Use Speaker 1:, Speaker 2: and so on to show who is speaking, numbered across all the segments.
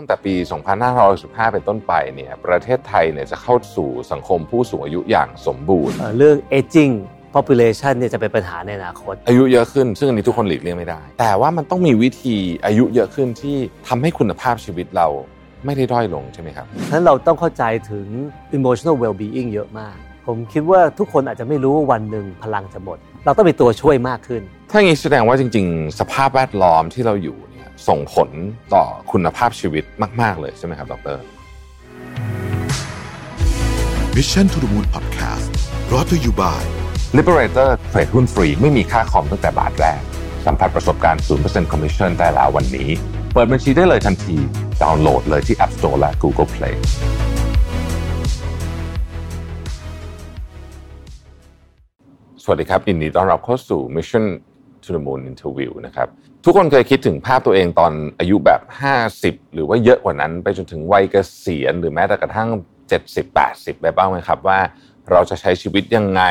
Speaker 1: งแต่ปี 2515 เป็นต้นไปเนี่ยประเทศไทยเนี่ยจะเข้าสู่สังคมผู้สูงอายุอย่างสมบูรณ์
Speaker 2: เอ่อเรื่อง aging population เนี่ยจะเป็นปัญหาในอนาคต
Speaker 1: อายุเยอะขึ้น ซึ่งอันนี้ทุกคนหลีกเลี่ยงไม่ได้ แต่ว่ามันต้องมีวิธีอายุเยอะขึ้นที่ทำให้คุณภาพชีวิตเราไม่ได้ด้อยลงใช่ไหมครับ
Speaker 2: ฉะนั้นเราต้องเข้าใจถึง emotional well-being เยอะมาก ผมคิดว่าทุกคนอาจจะไม่รู้ว่าวันหนึ่งพลังจะหมด เราต้องมีตัวช่วยมากขึ้น
Speaker 1: ถ้าอย่างนี้แสดงว่าจริง ๆ สภาพแวดล้อมที่เราอยู่เนี่ยส่งผลต่อคุณภาพชีวิตมาก ๆ เลยใช่ไหมครับดร
Speaker 3: Mission to the Moon Podcast brought to you by
Speaker 1: Liberator เทรดหุ้นฟรีไม่มีค่าคอมตั้งแต่บาทแรก สัมผัสประสบการณ์ 0% commission ได้แล้ววันนี้ เปิดบัญชีได้เลยทันที ดาวน์โหลดเลยที่ App Store และ Google Play สวัสดีครับ ยินดีต้อนรับเข้าสู่ Mission to the Moon Interview นะครับ ทุกคนเคยคิดถึงภาพตัวเองตอนอายุแบบ 50 หรือว่าเยอะกว่านั้น ไปจนถึงวัยเกษียณหรือแม้แต่กระทั่ง 70-80 ไปบ้างไหมครับว่าเราจะใช้ชีวิตยังไง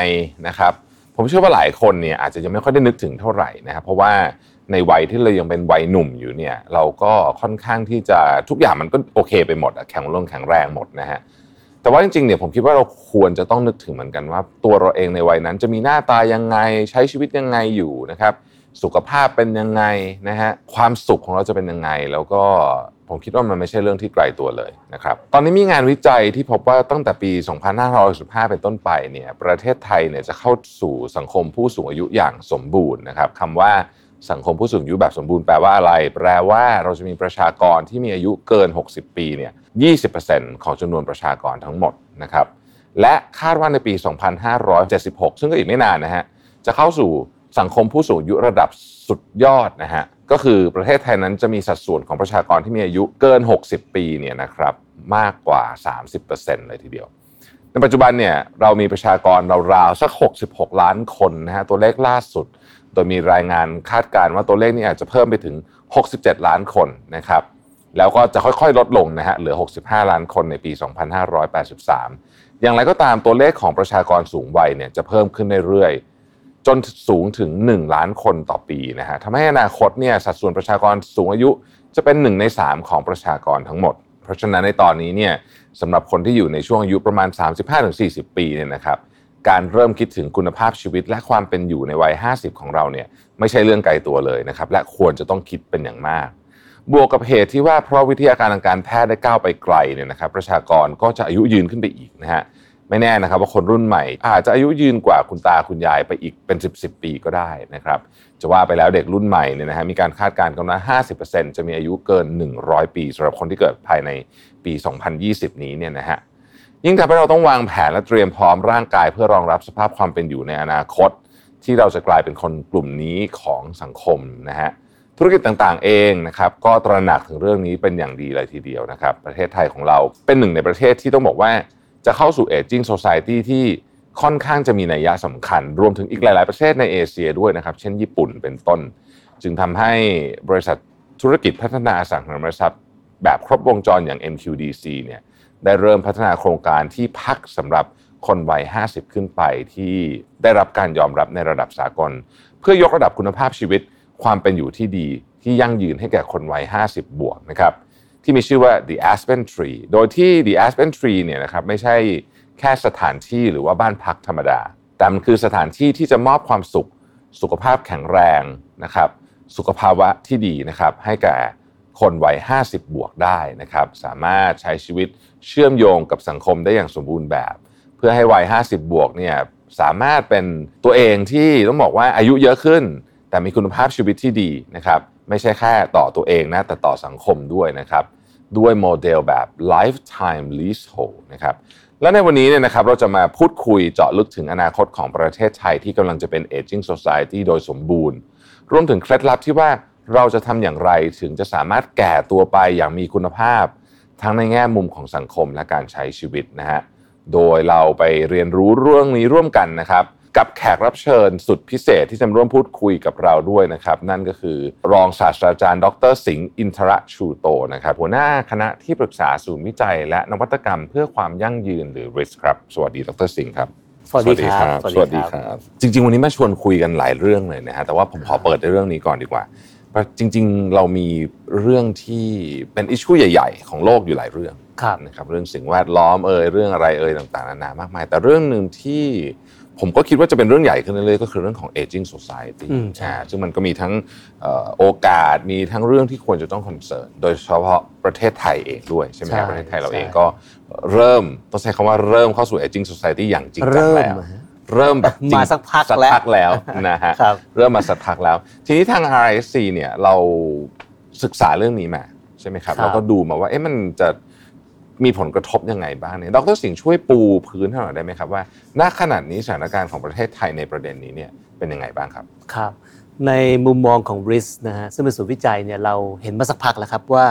Speaker 1: นะครับ ผมเชื่อว่าหลายคนเนี่ยอาจจะยังไม่ค่อยได้นึกถึงเท่าไหร่นะครับ เพราะว่าในวัยที่เรายังเป็นวัยหนุ่มอยู่เนี่ยเราก็ค่อนข้างที่จะทุกอย่างมันก็โอเคไปหมดอะแข็งรงแข็งแรงหมดนะฮะ แต่ว่าจริงๆ เนี่ยผมคิดว่าเราควรจะต้องนึกถึงเหมือนกันว่า ตัวเราเองในวัยนั้นจะมีหน้าตายังไงใช้ชีวิตยังไงอยู่นะครับ สุขภาพเป็นยังไงนะฮะความสุขของเราจะเป็นยังไง แล้วก็ผมคิดว่ามันไม่ใช่เรื่องที่ไกลตัวเลยนะครับตอนนี้มีงานวิจัยที่พบว่าตั้งแต่ปี 2515 เป็นต้นไปเนี่ยประเทศไทยเนี่ยจะเข้าสู่สังคมผู้สูงอายุอย่างสมบูรณ์นะครับคำว่าสังคมผู้สูงอายุแบบสมบูรณ์แปลว่าอะไร แปลว่าเราจะมีประชากรที่มีอายุเกิน 60 ปีเนี่ย 20%ของจำนวนประชากรทั้งหมดนะครับ และคาดว่าในปี 2576 ซึ่งก็อีกไม่นานนะฮะ จะเข้าสู่สังคมผู้สูงอายุระดับสุดยอดนะฮะ ก็คือประเทศไทยนั้นจะมีสัดส่วนของประชากรที่มีอายุเกิน 60 ปีเนี่ยนะครับมากกว่า 30%เลยทีเดียว ในปัจจุบันเนี่ยเรามีประชากรราวๆสัก 66 ล้านคนนะฮะตัวเลขล่าสุด โดยมีรายงานคาดการณ์ว่าตัวเลขนี้อาจจะเพิ่มไปถึง 67 ล้านคนนะครับ แล้วก็จะค่อยๆ ลดลงนะฮะเหลือ 65 ล้านคนในปี 2583 อย่างไรก็ตามตัวเลขของประชากรสูงวัยเนี่ยจะเพิ่มขึ้นเรื่อยๆ จนสูงถึง 1 ล้านคนต่อปีนะฮะทำให้อนาคตเนี่ยสัดส่วนประชากรสูงอายุจะเป็น 1 ใน 3 ของประชากรทั้งหมด เพราะฉะนั้นในตอนนี้เนี่ยสำหรับคนที่อยู่ในช่วงอายุประมาณ 35-40 ปีเนี่ยนะครับการเริ่มคิดถึงคุณภาพชีวิตและความเป็นอยู่ในวัย 50 ของเราเนี่ยไม่ใช่เรื่องไกลตัวเลยนะครับและควรจะต้องคิดเป็นอย่างมาก บวกกับเหตุที่ว่าเพราะวิทยาการทางการแพทย์ได้ก้าวไปไกลเนี่ยนะครับประชากรก็จะอายุยืนขึ้นไปอีกนะฮะไม่แน่นะครับว่าคนรุ่นใหม่ อาจจะอายุยืนกว่าคุณตาคุณยายไปอีกเป็น 10บสปีก็ได้นะครับจะว่าไปแล้วเด็กรุ่นใหม่เนี่ยนะฮะมีการคาดการณ์กันว่า50%จะมีอายุเกิน 100 ปีสำหรับคนที่เกิดภายในปี 2020 นี้เนี่ยนะฮะ ยิ่งทำให้เราต้องวางแผนและเตรียมพร้อมร่างกายเพื่อรองรับสภาพความเป็นอยู่ในอนาคต ที่เราจะกลายเป็นคนกลุ่มนี้ของสังคมนะฮะธุรกิจต่างๆเองนะครับก็ตระหนักถึงเรื่องนี้เป็นอย่างดีเลยทีเดียวนะครับ ประเทศไทยของเราเป็นหนึ่งในประเทศที่ต้องบอกว่าจะเข้าสู่ aging society ที่ค่อนข้างจะมีนัยยะสำคัญ รวมถึงอีกหลาย ๆ ประเทศในเอเชียด้วยนะครับ เช่นญี่ปุ่นเป็นต้น จึงทำให้บริษัทธุรกิจพัฒนาอสังหาริมทรัพย์ แบบครบวงจรอย่าง MQDC เนี่ย ได้เริ่มพัฒนาโครงการที่พักสำหรับคนวัย 50 ขึ้นไปที่ได้รับการยอมรับในระดับสากล เพื่อยกระดับคุณภาพชีวิตความเป็นอยู่ที่ดีที่ยั่งยืนให้แก่คนวัย 50 บวกนะครับที่มีชื่อว่า The Aspen Tree โดยที่ The Aspen Tree เนี่ยนะครับไม่ใช่แค่สถานที่หรือว่าบ้านพักธรรมดา แต่มันคือสถานที่ที่จะมอบความสุข สุขภาพแข็งแรงนะครับ สุขภาวะที่ดีนะครับให้แก่คนวัย 50 บวกได้นะครับ สามารถใช้ชีวิตเชื่อมโยงกับสังคมได้อย่างสมบูรณ์แบบ เพื่อให้วัย 50 บวกเนี่ยสามารถเป็นตัวเองที่ต้องบอกว่าอายุเยอะขึ้น แต่มีคุณภาพชีวิตที่ดีนะครับ ไม่ใช่แค่ต่อตัวเองนะ แต่ต่อสังคมด้วยนะครับ ด้วยโมเดลแบบ lifetime leasehold นะครับ และในวันนี้เนี่ยนะครับเราจะมาพูดคุยเจาะลึกถึงอนาคตของประเทศไทยที่กำลังจะเป็น aging society โดยสมบูรณ์ รวมถึงเคล็ดลับที่ว่าเราจะทำอย่างไรถึงจะสามารถแก่ตัวไปอย่างมีคุณภาพ ทั้งในแง่มุมของสังคมและการใช้ชีวิตนะฮะ โดยเราไปเรียนรู้เรื่องนี้ร่วมกันนะครับ กับแขกรับเชิญสุดพิเศษที่จะมาร่วมพูดคุยกับเราด้วยนะครับ นั่นก็คือรองศาสตราจารย์ ดรสิงห์อินทรชูโตนะครับ หัวหน้าคณะที่ปรึกษาศูนย์วิจัย และนวัตกรรมเพื่อความยั่งยืนหรือ RISK ครับ สวัสดีดรสิงห์ครับ
Speaker 2: สวัสดีครับ
Speaker 1: สวัสดีครับ จริง ๆ วันนี้มาชวนคุยกันหลายเรื่องเลยนะฮะ แต่ว่าผมขอเปิดในเรื่องนี้ก่อนดีกว่า จริง ๆ เรามีเรื่องที่เป็นอิชชูใหญ่ ๆ ของโลกอยู่หลายเรื่อง
Speaker 2: ครับ
Speaker 1: นะครับเรื่องสิ่งแวดล้อมเอ่ยเรื่องอะไรเอ่ยต่างๆนานามากมาย แต่เรื่องหนึ่งที่ผมก็คิดว่าจะเป็นเรื่องใหญ่ขึ้นเรื่อยๆก็คือเรื่องของ aging society
Speaker 2: อืมใช่
Speaker 1: อ่าซึ่งมันก็มีทั้งเอ่อโอกาสมีทั้งเรื่องที่ควรจะต้องคอนเซิร์นโดยเฉพาะประเทศไทยเองด้วยใช่ไหมครับป
Speaker 2: ใช่
Speaker 1: ระเทศไทยเรา
Speaker 2: ใช่
Speaker 1: เองก็เริ่มต้องใช้คำว่าเริ่มเข้าสู่ aging society อย่างจริงจัง
Speaker 2: เริ่ม
Speaker 1: แล้ว
Speaker 2: อะฮะ
Speaker 1: เริ่มแบบจริง
Speaker 2: มาสักพักแล้ว
Speaker 1: สักแล้วนะฮะ
Speaker 2: ครับ
Speaker 1: เริ่มมาสักพักแล้ว ทีนี้ทาง RSC เนี่ยเราศึกษาเรื่องนี้มาใช่ไหมครับ
Speaker 2: ครับ
Speaker 1: เราก็ดูมาว่าเอ๊ะมันจะมีผลกระทบยังไงบ้างเนี่ยดรสิงห์ช่วยปูพื้นให้หน่อยได้ไหมครับว่าณขนาดนี้สถานการณ์ของประเทศไทยในประเด็นนี้เนี่ยเป็นยังไงบ้างครับ
Speaker 2: ครับในมุมมองของ BRICS นะฮะซึ่งเป็นศูนย์วิจัยเนี่ยเราเห็นมาสักพักแล้วครับว่า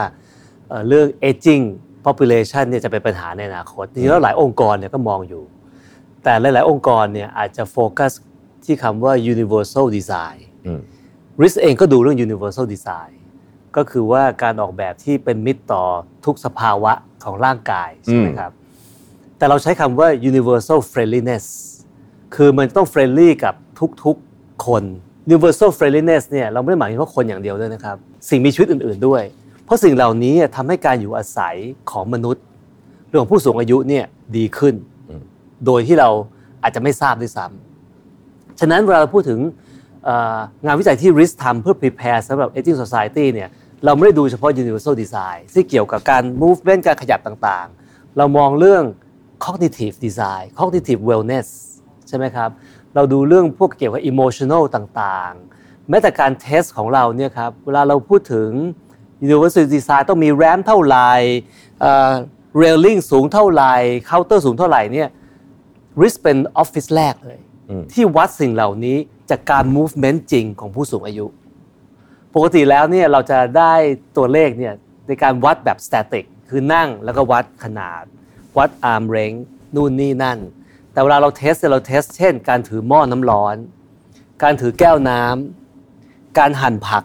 Speaker 2: เอ่อเรื่อง aging population เนี่ยจะเป็นปัญหาในอนาคตจริงๆแล้วหลายองค์กรเนี่ยก็มองอยู่ แต่หลาย ๆ องค์กรเนี่ยอาจจะโฟกัสที่คำว่า universal design
Speaker 1: อืม
Speaker 2: BRICS เองก็ดูเรื่อง universal design ก็คือว่าการออกแบบที่เป็นมิตรต่อทุกสภาวะของร่างกายใช่ไหม
Speaker 1: อืม
Speaker 2: ครับ แต่เราใช้คำว่า universal friendliness คือมันต้องเฟรนลี่กับทุกๆคน universal friendliness เนี่ยเราไม่ได้หมายถึงว่าคนอย่างเดียวด้วยนะครับ สิ่งมีชีวิตอื่นๆด้วย เพราะสิ่งเหล่านี้ทำให้การอยู่อาศัยของมนุษย์ เรื่องของผู้สูงอายุเนี่ยดีขึ้น โดยที่เราอาจจะไม่ทราบด้วยซ้ำฉะนั้นเวลาเราพูดถึงเอ่องานวิจัยที่ RIS ทำเพื่อ prepare สำหรับ aging society เนี่ยเราไม่ได้ดูเฉพาะ universal design ที่เกี่ยวกับการ movement การขยับต่างๆ เรามองเรื่อง cognitive design cognitive wellness ใช่ไหมครับ เราดูเรื่องพวกเกี่ยวกับ emotional ต่างๆ แม้แต่การเทสของเราเนี่ยครับ เวลาเราพูดถึง universal design ต้องมีแรมเท่าไหร่เรลลิ่งสูงเท่าไหร่เคาน์เตอร์สูงเท่าไหร่เนี่ย ริสเป็นออฟฟิศแรกเลย ที่วัดสิ่งเหล่านี้จากการ movement จริงของผู้สูงอายุ ปกติแล้วเนี่ยเราจะได้ตัวเลขเนี่ยในการวัดแบบ static คือนั่งแล้วก็วัดขนาด วัด arm length นู่นนี่นั่น แต่เวลาเราเทสเนี่ยเราเทสเช่น การถือหม้อน้ำร้อน การถือแก้วน้ำการหั่นผัก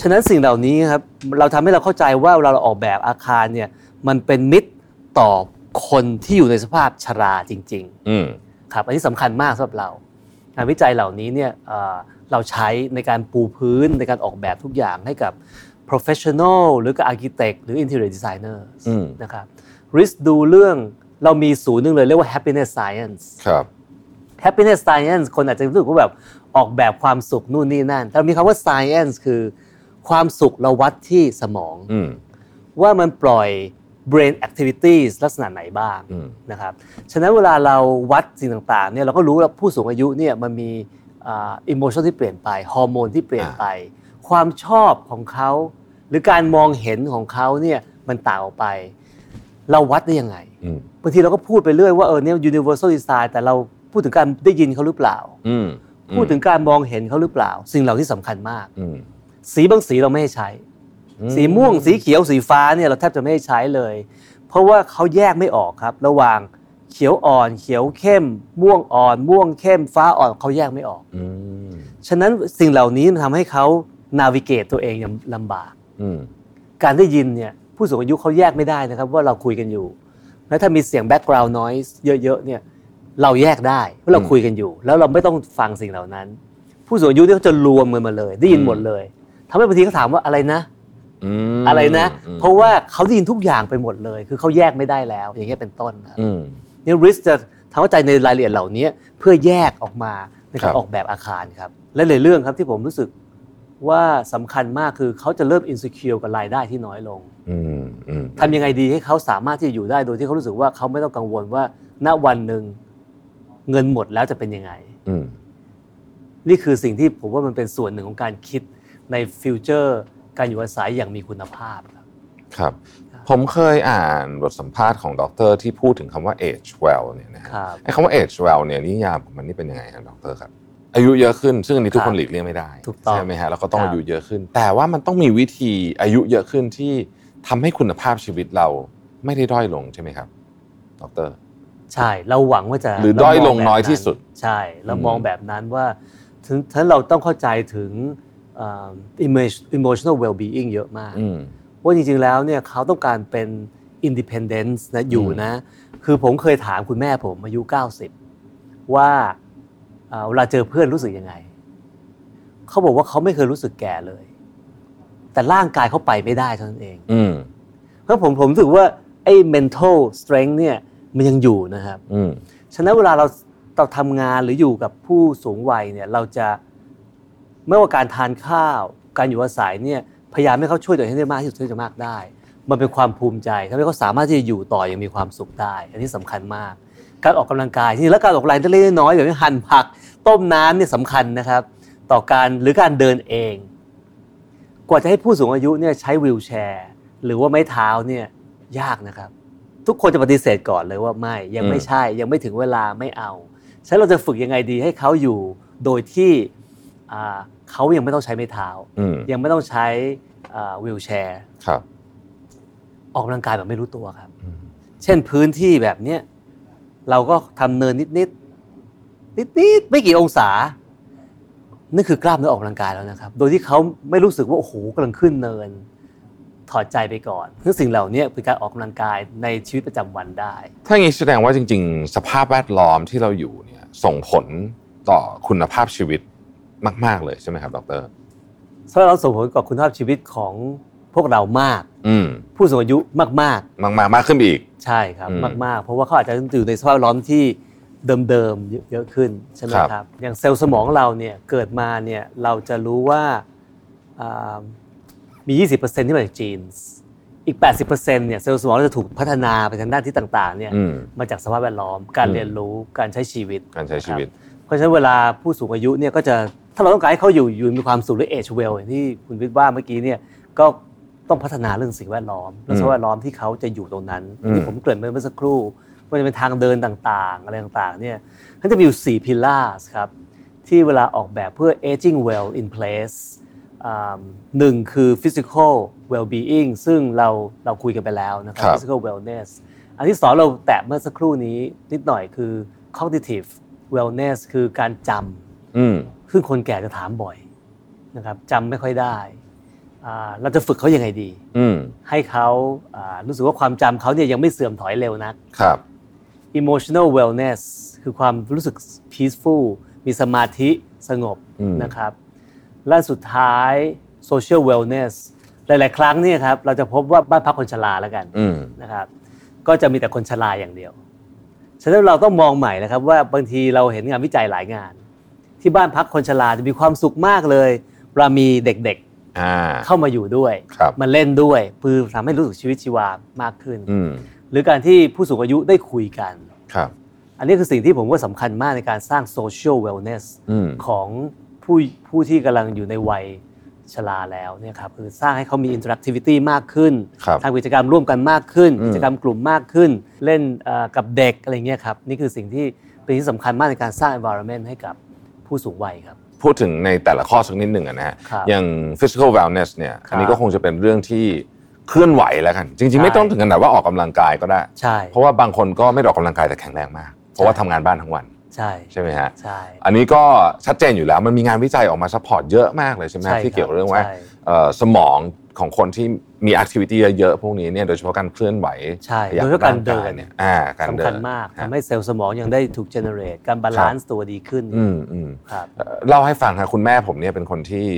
Speaker 2: ฉะนั้นสิ่งเหล่านี้ครับเราทำให้เราเข้าใจว่าเวลาเราออกแบบอาคารเนี่ยมันเป็นมิตรต่อคนที่อยู่ในสภาพชราจริง ๆ
Speaker 1: อืม
Speaker 2: ครับอันนี้สำคัญมากสำหรับเรางานวิจัยเหล่านี้เนี่ยเอ่อเราใช้ในการปูพื้นในการออกแบบทุกอย่างให้กับ professional หรือกับ architect หรือ interior designer
Speaker 1: อืม
Speaker 2: นะครับริสดูเรื่องเรามีศูนย์หนึ่งเลยเรียกว่า happiness science
Speaker 1: ครับ
Speaker 2: happiness science คนอาจจะรู้สึกว่าแบบออกแบบความสุขนู่นนี่นั่น แต่มีคำว่า science คือความสุขเราวัดที่สมอง
Speaker 1: อืม
Speaker 2: ว่ามันปล่อย brain activities ลักษณะไหนบ้าง
Speaker 1: อืม
Speaker 2: นะครับ ฉะนั้นเวลาเราวัดสิ่งต่างๆเนี่ยเราก็รู้ว่าผู้สูงอายุเนี่ยมันมีอิโมชันที่เปลี่ยนไป ฮอร์โมนที่เปลี่ยนไป ความชอบของเขา หรือการมองเห็นของเขาเนี่ยมันต่างออกไป เราวัดได้ยังไง
Speaker 1: อืม
Speaker 2: บางทีเราก็พูดไปเรื่อยว่าเออเนี่ย universal design แต่เราพูดถึงการได้ยินเขาหรือเปล่า
Speaker 1: อืม
Speaker 2: พูดถึงการมองเห็นเขาหรือเปล่า สิ่งเหล่านี้สำคัญมาก
Speaker 1: อืม
Speaker 2: สีบางสีเราไม่ให้ใช้
Speaker 1: อืม
Speaker 2: สีม่วงสีเขียวสีฟ้าเนี่ยเราแทบจะไม่ให้ใช้เลย เพราะว่าเขาแยกไม่ออกครับ ระหว่างเขียวอ่อน เขียวเข้ม ม่วงอ่อน ม่วงเข้ม ฟ้าอ่อนเขาแยกไม่ออก
Speaker 1: อืม
Speaker 2: ฉะนั้นสิ่งเหล่านี้มันทำให้เขานาวิเกตตัวเองเนี่ยลำบาก
Speaker 1: อืม
Speaker 2: การได้ยินเนี่ยผู้สูงอายุเขาแยกไม่ได้นะครับ ว่าเราคุยกันอยู่ แล้วถ้ามีเสียง background noise เยอะๆเนี่ยเราแยกได้ว่าเราคุยกันอยู่ แล้วเราไม่ต้องฟังสิ่งเหล่านั้น ผู้สูงอายุเนี่ยเขาจะรวมกันมาเลย ได้ยินหมดเลยทำให้บางทีเขาถามว่าอะไรนะ
Speaker 1: อืม
Speaker 2: อะไรนะ เพราะว่าเขาได้ยินทุกอย่างไปหมดเลย คือเขาแยกไม่ได้แล้ว อย่างเงี้ยเป็นต้นครับ
Speaker 1: อืม
Speaker 2: เนี่ยริสจะทำเข้าใจในรายละเอียดเหล่านี้เพื่อแยกออกมาใน
Speaker 1: ครั
Speaker 2: การ
Speaker 1: บ
Speaker 2: ออกแบบอาคารครับ และในเรื่องครับที่ผมรู้สึกว่าสำคัญมากคือเขาจะเริ่มอินสิคิวกับรายได้ที่น้อยลง
Speaker 1: อืมอืม
Speaker 2: ทำยังไงดีให้เขาสามารถที่จะอยู่ได้โดยที่เขารู้สึกว่าเขาไม่ต้องกังวลว่าณวันหนึ่งเงินหมดแล้วจะเป็นยังไง
Speaker 1: อืม
Speaker 2: นี่คือสิ่งที่ผมว่ามันเป็นส่วนหนึ่งของการคิดในฟิวเจอร์การอยู่อาศัยอย่างมีคุณภาพครับ
Speaker 1: ครับผมเคยอ่านบทสัมภาษณ์ของด็อกเตอร์ที่พูดถึงคำว่า age well เนี่ยนะฮะ
Speaker 2: ครับ
Speaker 1: ไอ้คำว่า age well เนี่ยนิยามของมันนี่เป็นยังไงครับด็อกเตอร์ครับ อายุเยอะขึ้น ซึ่งอันนี้ทุกคนหลีกเลี่ยงไม่ได้
Speaker 2: ถูกต้อง
Speaker 1: ใช่ไหมฮะแล้วก็ต้อง
Speaker 2: ครับ
Speaker 1: อายุเยอะขึ้น แต่ว่ามันต้องมีวิธีอายุเยอะขึ้นที่ทำให้คุณภาพชีวิตเราไม่ได้ด้อยลงใช่ไหมครับด็อกเตอร์
Speaker 2: ใช่เราหวังว่าจะ
Speaker 1: หรือด้อยลงน้อยที่สุด
Speaker 2: ใช่เรา
Speaker 1: อืม
Speaker 2: มองแบบนั้นว่าถึงถ้าเราต้องเข้าใจถึงเอิ่ม image- emotional well-being เยอะมาก
Speaker 1: อืม
Speaker 2: ว่าจริงๆแล้วเนี่ยเขาต้องการเป็น independence นะอยู่นะ คือผมเคยถามคุณแม่ผมอายุ 90 ว่าเอ่อเวลาเจอเพื่อนรู้สึกยังไง เขาบอกว่าเขาไม่เคยรู้สึกแก่เลย แต่ร่างกายเขาไปไม่ได้เท่านั้นเอง
Speaker 1: อืม
Speaker 2: เพราะผมผมรู้สึกว่าไอ้ mental strength เนี่ยมันยังอยู่นะครับ
Speaker 1: อืม
Speaker 2: ฉะนั้นเวลาเราเราทำงานหรืออยู่กับผู้สูงวัยเนี่ยเราจะไม่ว่าการทานข้าว การอยู่อาศัยเนี่ยพยายามให้เขาช่วยตัวเองให้ได้มากที่สุดเท่าที่จะมากได้ มันเป็นความภูมิใจทำให้เขาสามารถที่จะอยู่ต่ออย่างมีความสุขได้ อันนี้สำคัญมาก การออกกำลังกายที่และการออกกำลังกายเล็กๆน้อยๆแบบนี้หั่นผัก ต้มน้ำเนี่ยสำคัญนะครับ ต่อการหรือการเดินเอง กว่าจะให้ผู้สูงอายุเนี่ยใช้วีลแชร์ หรือว่าไม้เท้าเนี่ยยากนะครับ ทุกคนจะปฏิเสธก่อนเลยว่าไม่ยังไม่
Speaker 1: อืม
Speaker 2: ใช่ยังไม่ถึงเวลาไม่เอาฉะนั้นเราจะฝึกยังไงดีให้เขาอยู่โดยที่อ่าเขายังไม่ต้องใช้ไม้เท้า
Speaker 1: อืม
Speaker 2: ยังไม่ต้องใช้วีลแชร์
Speaker 1: ครับ
Speaker 2: ออกกำลังกายแบบไม่รู้ตัวครับ
Speaker 1: อืม
Speaker 2: เช่นพื้นที่แบบเนี้ยเราก็ทำเนินนิดนิดนิดนิดๆไม่กี่องศานั่นคือกล้ามเนื้อออกกำลังกายแล้วนะครับ โดยที่เขาไม่รู้สึกว่าโอ้โหกำลังขึ้นเนิน ถอดใจไปก่อนซึ่งสิ่งเหล่านี้เป็นการออกกำลังกายในชีวิตประจำวันได้
Speaker 1: ถ้าอย่างนี้แสดงว่าจริง ๆ สภาพแวดล้อมที่เราอยู่เนี่ย ส่งผลต่อคุณภาพชีวิตมาก ๆ เลยใช่ไหมครับดร
Speaker 2: สำหรับเราส่งผลกับคุณภาพชีวิตของพวกเรามาก
Speaker 1: อืม
Speaker 2: ผู้สูงอายุมาก
Speaker 1: มากมากมากขึ้นไปอีก
Speaker 2: ๆ ใช่ครับ
Speaker 1: อืม
Speaker 2: มาก ๆ เพราะว่าเขาอาจจะอยู่ในสภาพแวดล้อมที่เดิม ๆ เยอะขึ้น ใช่ไหม
Speaker 1: ครับ
Speaker 2: ครับ อย่างเซลล์สมองเราเนี่ยเกิดมาเนี่ยเราจะรู้ว่าอ่ามี 20%ที่มาจากจีนอีก 80%เนี่ยเซลล์สมองเราจะถูกพัฒนาไปทางด้านที่ต่าง ๆ เนี่ย
Speaker 1: อืม
Speaker 2: มาจากสภาพแวดล้อม การ
Speaker 1: อืม
Speaker 2: เรียนรู้การใช้ชีวิต
Speaker 1: การใช้ชีวิต
Speaker 2: เพราะฉะนั้นเวลาผู้สูงอายุเนี่ยก็จะถ้าเราต้องการให้เขาอยู่อยู่มีความสุขหรือเอชเวลอย่างที่คุณวิทย์ว่าเมื่อกี้เนี่ยก็ต้องพัฒนาเรื่องสิ่งแวดล้อมเรื่องสภาพแวดล้อมที่เขาจะอยู่ตรงนั้น
Speaker 1: อืม
Speaker 2: ที่ผมเกริ่นไปเมื่อสักครู่ว่าจะเป็นทางเดินต่างๆ อะไรต่างๆเนี่ยท่านจะมีอยู่4 pillars ครับ ที่เวลาออกแบบเพื่อ aging well in place อ่าหนึ่งคือ physical well being ซึ่งเราเราคุยกันไปแล้วนะครั
Speaker 1: ครับ
Speaker 2: physical wellness อันที่สองเราแตะเมื่อสักครู่นี้นิดหน่อยคือ cognitive wellness คือการจ
Speaker 1: อืม
Speaker 2: ำซึ่งคนแก่จะถามบ่อยนะครับจำไม่ค่อยได้อ่าเราจะฝึกเขายังไงดี
Speaker 1: อืม
Speaker 2: ให้เขาอ่ารู้สึกว่าความจำเขาเนี่ยยังไม่เสื่อมถอยเร็วนัก
Speaker 1: ครับ
Speaker 2: emotional wellness คือความรู้สึก peaceful มีสมาธิสงบ
Speaker 1: อืม
Speaker 2: นะครับ และสุดท้าย social wellness หลาย ๆ ครั้งเนี่ยครับเราจะพบว่าบ้านพักคนชราแล้วกัน
Speaker 1: อืม
Speaker 2: นะครับก็จะมีแต่คนชราอย่างเดียว ฉะนั้นเราต้องมองใหม่นะครับว่าบางทีเราเห็นงานวิจัยหลายงาน ที่บ้านพักคนชราจะมีความสุขมากเลยเรามีเด็ก
Speaker 1: อ่า
Speaker 2: ๆเข้ามาอยู่ด้วย
Speaker 1: ครับ
Speaker 2: มาเล่นด้วยคือทำให้รู้สึกชีวิตชีวามากขึ้น
Speaker 1: อืม
Speaker 2: หรือการที่ผู้สูงอายุได้คุยกัน
Speaker 1: ครับ
Speaker 2: อันนี้คือสิ่งที่ผมว่าสำคัญมากในการสร้าง social wellness
Speaker 1: อืม
Speaker 2: ของผู้ผู้ที่กำลังอยู่ในวัยชราแล้วเนี่ยครับคือสร้างให้เขามี interactivity มากขึ้น
Speaker 1: ครับ
Speaker 2: ทำกิจกรรมร่วมกันมากขึ้น
Speaker 1: อืม
Speaker 2: กิจกรรมกลุ่มมากขึ้น เล่นเอ่อกับเด็กอะไรเงี้ยครับนี่คือสิ่งที่เป็นที่สำคัญมากในการสร้าง environment ให้กับผู้สูงวัยครับ
Speaker 1: พูดถึงในแต่ละข้อสักนิดหนึ่งอะนะฮะ
Speaker 2: ครับ
Speaker 1: อย่าง physical wellness เนี่ย
Speaker 2: ครับ
Speaker 1: อันนี้ก็คงจะเป็นเรื่องที่เคลื่อนไหวแล้วกัน จริง
Speaker 2: ใช่
Speaker 1: ๆ ไม่ต้องถึงขนาดว่าออกกำลังกายก็ได้
Speaker 2: ใช่
Speaker 1: เพราะว่าบางคนก็ไม่ได้ออกกำลังกายแต่แข็งแรงมาก เพราะว่าทำงานบ้านทั้งวัน
Speaker 2: ใช่
Speaker 1: ใช่ไหมฮะ
Speaker 2: ใช่
Speaker 1: อันนี้ก็ชัดเจนอยู่แล้ว มันมีงานวิจัยออกมาซัพพอร์ตเยอะมากเลยใช่ไหมฮะ
Speaker 2: ใช่
Speaker 1: ที่เกี่ยว
Speaker 2: คบ
Speaker 1: เรื่องว่า
Speaker 2: ใช่
Speaker 1: เอ่อสมองของคนที่มี activity เยอะๆพวกนี้เนี่ยโดยเฉพาะการเคลื่อนไหว
Speaker 2: ใช่
Speaker 1: ขยับ
Speaker 2: โดยเฉพาะการเดิ
Speaker 1: ง
Speaker 2: น
Speaker 1: เนี่ยอ่าการเดิน
Speaker 2: สำคัญมาก
Speaker 1: ฮะ
Speaker 2: ทำให้เซลล์สมองยังได้ถูก generate การบาลานซ์ตัวดีขึ้น
Speaker 1: อืมอืม
Speaker 2: ครับ
Speaker 1: เอ่อเล่าให้ฟังค่ะคุณแม่ผมเนี่ยเป็นคนที่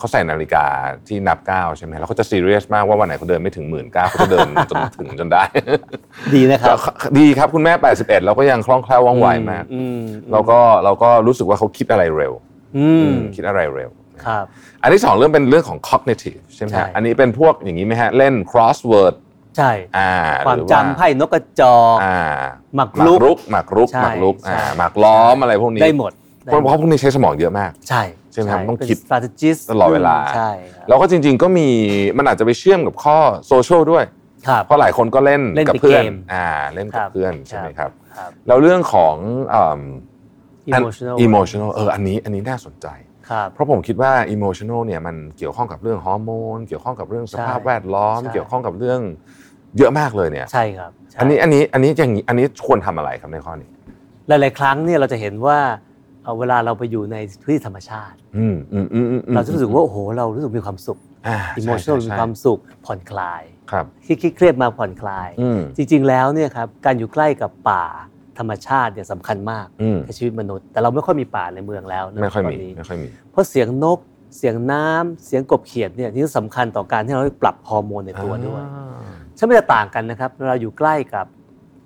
Speaker 1: เขาใส่นาฬิกาที่นับก้าวใช่ไหมแล้วเขาจะซีเรียสมากว่าวันไหนเขาเดินไม่ถึงหมื่นก้าวเขาจะเดิน จนถึง จนได้
Speaker 2: ดีนะครับ
Speaker 1: ก็ดีครับคุณแม่ 81 แล้วก็ยังคล่องแคล่วว่องไวมาก
Speaker 2: อืม
Speaker 1: เราก็เราก็รู้สึกว่าเขาคิดอะไรเร็ว
Speaker 2: อืม
Speaker 1: อืมคิดอะไรเร็ว
Speaker 2: ครับ
Speaker 1: อันที่สองเรื่องเป็นเรื่องของ cognitive ใช่ไหม
Speaker 2: ใช่
Speaker 1: ฮะอันนี้เป็นพวกอย่างนี้ไหมฮะเล่น crossword
Speaker 2: ใช่
Speaker 1: อ่า
Speaker 2: ความ
Speaker 1: หรือ
Speaker 2: จำไพ่นกกระจอก
Speaker 1: อ่า
Speaker 2: หมาก
Speaker 1: หมาก
Speaker 2: รุก
Speaker 1: รุกหมากรุก
Speaker 2: ใช่
Speaker 1: หมากรุกอ่า
Speaker 2: ใช่
Speaker 1: หมากล้อมอะไรพวกนี้
Speaker 2: ได้หมด
Speaker 1: เพราะเพราะพวกนี้ใช้สมองเยอะมาก
Speaker 2: ใช่
Speaker 1: ใช่ไหมครับต้อง
Speaker 2: เป็น
Speaker 1: คิด
Speaker 2: strategist
Speaker 1: ตลอดเวลา
Speaker 2: ใช่
Speaker 1: แล้วก็จริงๆก็มีมันอาจจะไปเชื่อมกับข้อโซเชียลด้วย
Speaker 2: ครับ
Speaker 1: เพราะหลายคนก็เล่น
Speaker 2: เล่น
Speaker 1: กั
Speaker 2: ไป
Speaker 1: เพื่อน
Speaker 2: เกม
Speaker 1: อ่าเล่น
Speaker 2: ค
Speaker 1: กั
Speaker 2: รั
Speaker 1: บบ เพื่อน
Speaker 2: ครับ
Speaker 1: ใช่ไหมครับ
Speaker 2: ครับ
Speaker 1: แล้วเรื่องของอ่า
Speaker 2: emotional
Speaker 1: อิโมชันอลเอออันนี้อันนี้น่าสนใจ
Speaker 2: ครับ
Speaker 1: เพราะผมคิดว่าอิโมชันอลเนี่ยมันเกี่ยวข้องกับเรื่องฮอร์โมนเกี่ยวข้องกับเรื่องสภาพ
Speaker 2: ใช่
Speaker 1: แวดล้อม
Speaker 2: ใช่
Speaker 1: เกี่ยวข้องกับเรื่องเยอะมากเลยเนี่ย
Speaker 2: ใช่ครับใช่
Speaker 1: อันนี้อันนี้อันนี้อย่างนี้อันนี้ควรทำอะไรครับในข้อนี้
Speaker 2: หลาย ๆ ครั้งเนี่ยเราจะเห็นว่าเอ่อเวลาเราไปอยู่ในพื้นที่ธรรมชาติ
Speaker 1: อืมอืมอืมอืม
Speaker 2: เราจะรู้สึกว่าโอ้โหเรารู้สึกมีความสุข
Speaker 1: า
Speaker 2: emotional
Speaker 1: ใช่
Speaker 2: มี
Speaker 1: ใช่
Speaker 2: ความสุขผ่อนคลาย
Speaker 1: ครับ
Speaker 2: คิดเครียดมาผ่อนคลาย
Speaker 1: อืม
Speaker 2: จริง ๆ แล้วเนี่ยครับการอยู่ใกล้กับป่าธรรมชาติเนี่ยสำคัญมาก
Speaker 1: อืม
Speaker 2: ในชีวิตมนุษย์ แต่เราไม่ค่อยมีป่าในเมืองแล้วนะ
Speaker 1: ไม่ค่อย
Speaker 2: ต
Speaker 1: มี
Speaker 2: นนี้
Speaker 1: ไม่ค่อยมี
Speaker 2: เพราะเสียงนก เสียงน้ำเสียงกบเขียดเนี่ยนี่สำคัญต่อการที่เราปรับฮอร์โมนในตัวด้วย ฉันไม่ได้ต่างกันนะครับเราอยู่ใกล้กับ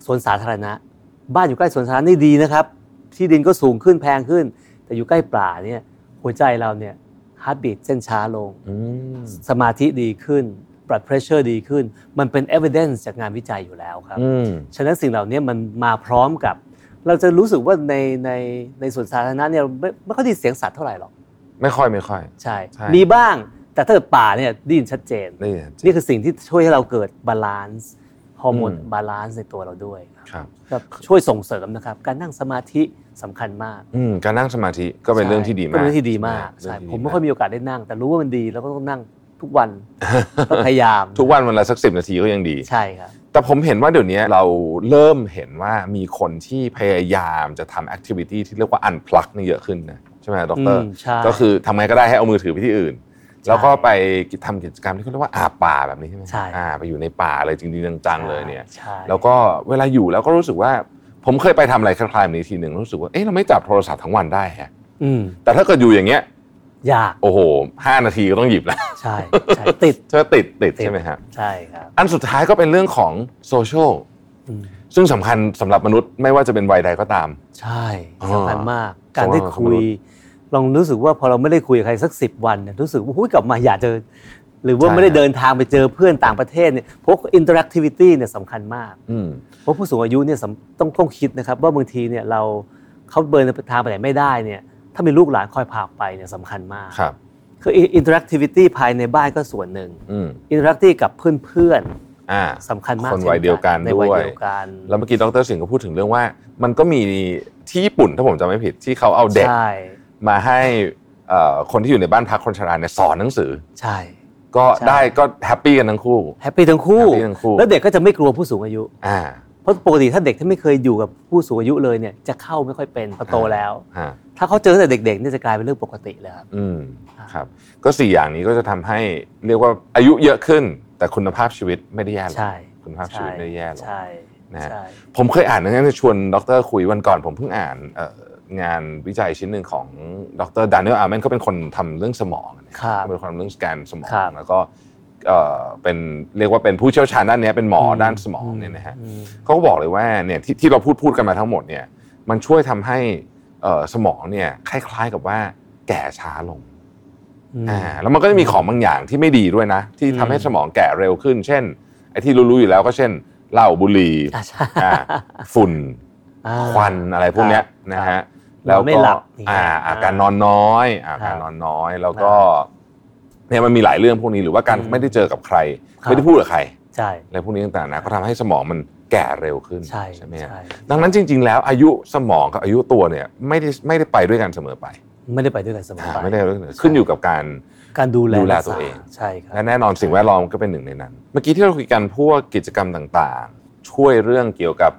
Speaker 2: สวนสาธารณะ บ้านอยู่ใกล้สวนสาธารณะนี่ดีนะครับ ที่ดินก็สูงขึ้นแพงขึ้น แต่อยู่ใกล้ป่าเนี่ยหัวใจเราเนี่ยฮาร์ดบีทเส้นช้าลง
Speaker 1: อืม
Speaker 2: สมาธิดีขึ้น blood pressure ดีขึ้น มันเป็น evidence จากงานวิจัยอยู่แล้วครับ
Speaker 1: อืม
Speaker 2: ฉะนั้นสิ่งเหล่านี้มันมาพร้อมกับ เราจะรู้สึกว่าในในในสวนสาธารณะเนี่ยไม่ไม่ค่อยได้ยินเสียงสัตว์เท่าไหร่หรอก
Speaker 1: ไม่ค่อยไม่ค่อย
Speaker 2: ใช่
Speaker 1: ใช่
Speaker 2: มีบ้าง แต่ถ้าเกิดป่าเนี่ยไดยินชัดเจน
Speaker 1: นี่จริ
Speaker 2: นี่
Speaker 1: ง
Speaker 2: คือสิ่งที่ช่วยให้เราเกิดบาลานซ์ฮอร์โมน
Speaker 1: อืม
Speaker 2: บาลานซ์ในตัวเราด้วยครับ
Speaker 1: ครับ
Speaker 2: ก็ช่วยส่งเสริมนะครับ การนั่งสมาธิสำคัญมาก
Speaker 1: อืมการนั่งสมาธิก็เป็นเรื่องที่ดีมาก
Speaker 2: เป็นเรื่องที่ดีมาก
Speaker 1: เรื่อง
Speaker 2: ใช่
Speaker 1: ที่ดี
Speaker 2: ผมไม่ค่อยมีโอกาสได้นั่ง แต่รู้ว่ามันดีแล้วก็ต้องนั่งทุก วันก็พยายาม
Speaker 1: ทุกวันวันละสักสิบนาทีก็ยังดี
Speaker 2: ใช่ครับ
Speaker 1: แต่ผมเห็นว่าเดี๋ยวนี้เราเริ่มเห็นว่ามีคนที่พยายามจะทำแอคทิวิตี้ที่เรียกว่าอันพลักนี่เยอะขึ้นนะใช่ไหมด
Speaker 2: อื
Speaker 1: ร
Speaker 2: มใช่
Speaker 1: ก็คือทำไงก็ได้ให้เอามือถือไปที่อื่น แล้วก็ไปทำกิจกรรมที่เขาเรียกว่าอาป่าแบบนี้ใช่ไหม
Speaker 2: ใช่
Speaker 1: อ่าไปอยู่ในป่าเลยจริงๆจังๆเลยเนี่ย
Speaker 2: ใช่
Speaker 1: แล้วก็เวลาอยู่แล้วก็รู้สึกว่าผมเคยไปทำอะไรคล้ายๆแบบนี้ทีหนึ่งรู้สึกว่าเอ๊ะเราไม่จับโทรศัพท์ทั้งวันได้แฮะ
Speaker 2: อืม
Speaker 1: แต่ถ้าเกิดอยู่อย่างเงี้ย
Speaker 2: ยาก
Speaker 1: โอ้โหห้านาทีก็ต้องหยิบแล้ว
Speaker 2: ใช่ใช่ติด
Speaker 1: เธอติดติดใช่ไหมฮะ
Speaker 2: ใช่ครับ
Speaker 1: อันสุดท้ายก็เป็นเรื่องของโซเชียล
Speaker 2: อืม
Speaker 1: ซึ่งสำคัญสำหรับมนุษย์ไม่ว่าจะเป็นวัยใดก็ตาม
Speaker 2: ใช่
Speaker 1: อ๋อ
Speaker 2: สำคัญมาก การได้
Speaker 1: สำหรับ
Speaker 2: คุ
Speaker 1: มนุษ
Speaker 2: ย
Speaker 1: ย์
Speaker 2: ลองรู้สึกว่าพอเราไม่ได้คุยกับใครสักสิบวันเนี่ยรู้สึกว่าหุ้ยกลับมาอยากเจอหรือว่าไม่ได้เดินทางไปเจอเพื่อนต่างประเทศเนี่ยพวกอินเตอร์แอคทิวิตี้เนี่ยสำคัญมาก
Speaker 1: อืม
Speaker 2: เพราะผู้สูงอายุเนี่ยสำต้องต้องคิดนะครับ ว่าบางทีเนี่ยเราเขาเบินทางไปไหนไม่ได้เนี่ยถ้ามีลูกหลานคอยพาไปเนี่ยสำคัญมาก
Speaker 1: ครับ
Speaker 2: คืออินเตอร์แอคทิวิตี้ภายในบ้านก็ส่วนหนึ่ง
Speaker 1: อืม
Speaker 2: อินเตอร์แอคทีกับเพื่อนๆ
Speaker 1: อ่า
Speaker 2: สำคัญมาก
Speaker 1: คนวัยเดียวกัน
Speaker 2: ในวัย
Speaker 1: ด้วย
Speaker 2: เดียวกัน
Speaker 1: แล้วเมื่อกี้ดรสิงห์ก็พูดถึงเรื่องว่า มันก็มีที่ญี่ปุ่นถ้าผมจำไม่ผิดที่เขาเอาเด็ก
Speaker 2: ใช่
Speaker 1: มาให้เอ่อคนที่อยู่ในบ้านพักคนชราเนี่ยสอนหนังสือ
Speaker 2: ใช่
Speaker 1: ก็
Speaker 2: ใช่
Speaker 1: ได้ก็แฮปปี้กันทั้งคู่
Speaker 2: แฮปปี้ทั้งคู่
Speaker 1: แฮปปี้ทั้งคู่
Speaker 2: แล้วเด็กก็จะไม่กลัวผู้สูงอายุ
Speaker 1: อ่า
Speaker 2: เพราะปกติถ้าเด็กที่ไม่เคยอยู่กับผู้สูงอายุเลยเนี่ยจะเข้าไม่ค่อยเป็นพอโตแล้ว
Speaker 1: ฮะ
Speaker 2: ถ้าเขาเจอตั้งแต่เด็กๆเนี่ยจะกลายเป็นเรื่องปกติเลยครับ
Speaker 1: อืม
Speaker 2: ค่ะ
Speaker 1: ครับก็สี่อย่างนี้ก็จะทำให้เรียกว่าอายุเยอะขึ้น แต่คุณภาพชีวิตไม่ได้แย่ลง
Speaker 2: ใช่
Speaker 1: คุณภาพชี
Speaker 2: ใช่
Speaker 1: วิตไม่ได้แย่ลง
Speaker 2: ใช่
Speaker 1: นะฮะ
Speaker 2: ใช่
Speaker 1: ผมเคยอ่านหนังสือชวนดรคุยวันก่อนผมเพิ่งอ่านเอ่องานวิจัยชิ้นหนึ่งของดรดาน i e l ลอาร์เมนเขาเป็นคนทำเรื่องสมองนะครับ เป็นคนทำเรื่องสแกนสมอ
Speaker 2: ครั
Speaker 1: ง
Speaker 2: บ
Speaker 1: แล้วก็เอ่อเป็นเรียกว่าเป็นผู้เชี่ยวชาญด้านเนี้ยเป็นหมอด้านสมองเนี่ยนะฮะ
Speaker 2: อืม
Speaker 1: เขาก็บอกเลยว่าเนี่ยที่ที่เราพูดพูดกันมาทั้งหมดเนี่ยมันช่วยทำให้เอ่อสมองเนี่ยคล้าย ๆกับว่าแก่ช้าลง
Speaker 2: อืม
Speaker 1: อ่าแล้วมันก็จะมีของบางอย่างที่ไม่ดีด้วยนะ ที่ทำให้
Speaker 2: อืม
Speaker 1: สมองแก่เร็วขึ้น เช่นไอ้ที่รู้ๆอยู่แล้วก็เช่นเหล้าบุหรี่
Speaker 2: อ่ะใช่
Speaker 1: อ่าฝุ่น
Speaker 2: อ่า
Speaker 1: ควันอะไรพวกเนี้ยนะฮะ
Speaker 2: นอนไม่หลับอย่างเงี้
Speaker 1: อ่าย อาการนอนน้อยอาการนอนน้อยแล้วก็เนี่ยมันมีหลายเรื่องพวกนี้หรือว่าการ
Speaker 2: อืม
Speaker 1: ไม่ได้เจอกับใคร
Speaker 2: ครับ
Speaker 1: ไม่ได้พูดกับใคร
Speaker 2: ใช่
Speaker 1: อะไรพวกนี้ต่างๆนะก็ทำให้สมองมันแก่เร็วขึ้น
Speaker 2: ใช่
Speaker 1: ไหมฮะ
Speaker 2: ใช่
Speaker 1: ดังนั้นจริง ๆ แล้วอายุสมองกับอายุตัวเนี่ยไม่ได้ไม่ได้ไปด้วยกันเสมอไป
Speaker 2: ไม่ได้ไปด้วยกันเสมอ
Speaker 1: อ่า
Speaker 2: ไป
Speaker 1: ไม่ได้ไปด้วยกันขึ้นอยู่กับการ
Speaker 2: การดูแล
Speaker 1: ดูแล
Speaker 2: รักษา
Speaker 1: ตัวเอง
Speaker 2: ใช่ครับ
Speaker 1: และแน่นอนสิ่งแวดล้อมก็เป็นหนึ่งในนั้น เมื่อกี้ที่เราคุยกันพวกกิจกรรมต่างๆ ช่วยเรื่องเกี่ยวกับ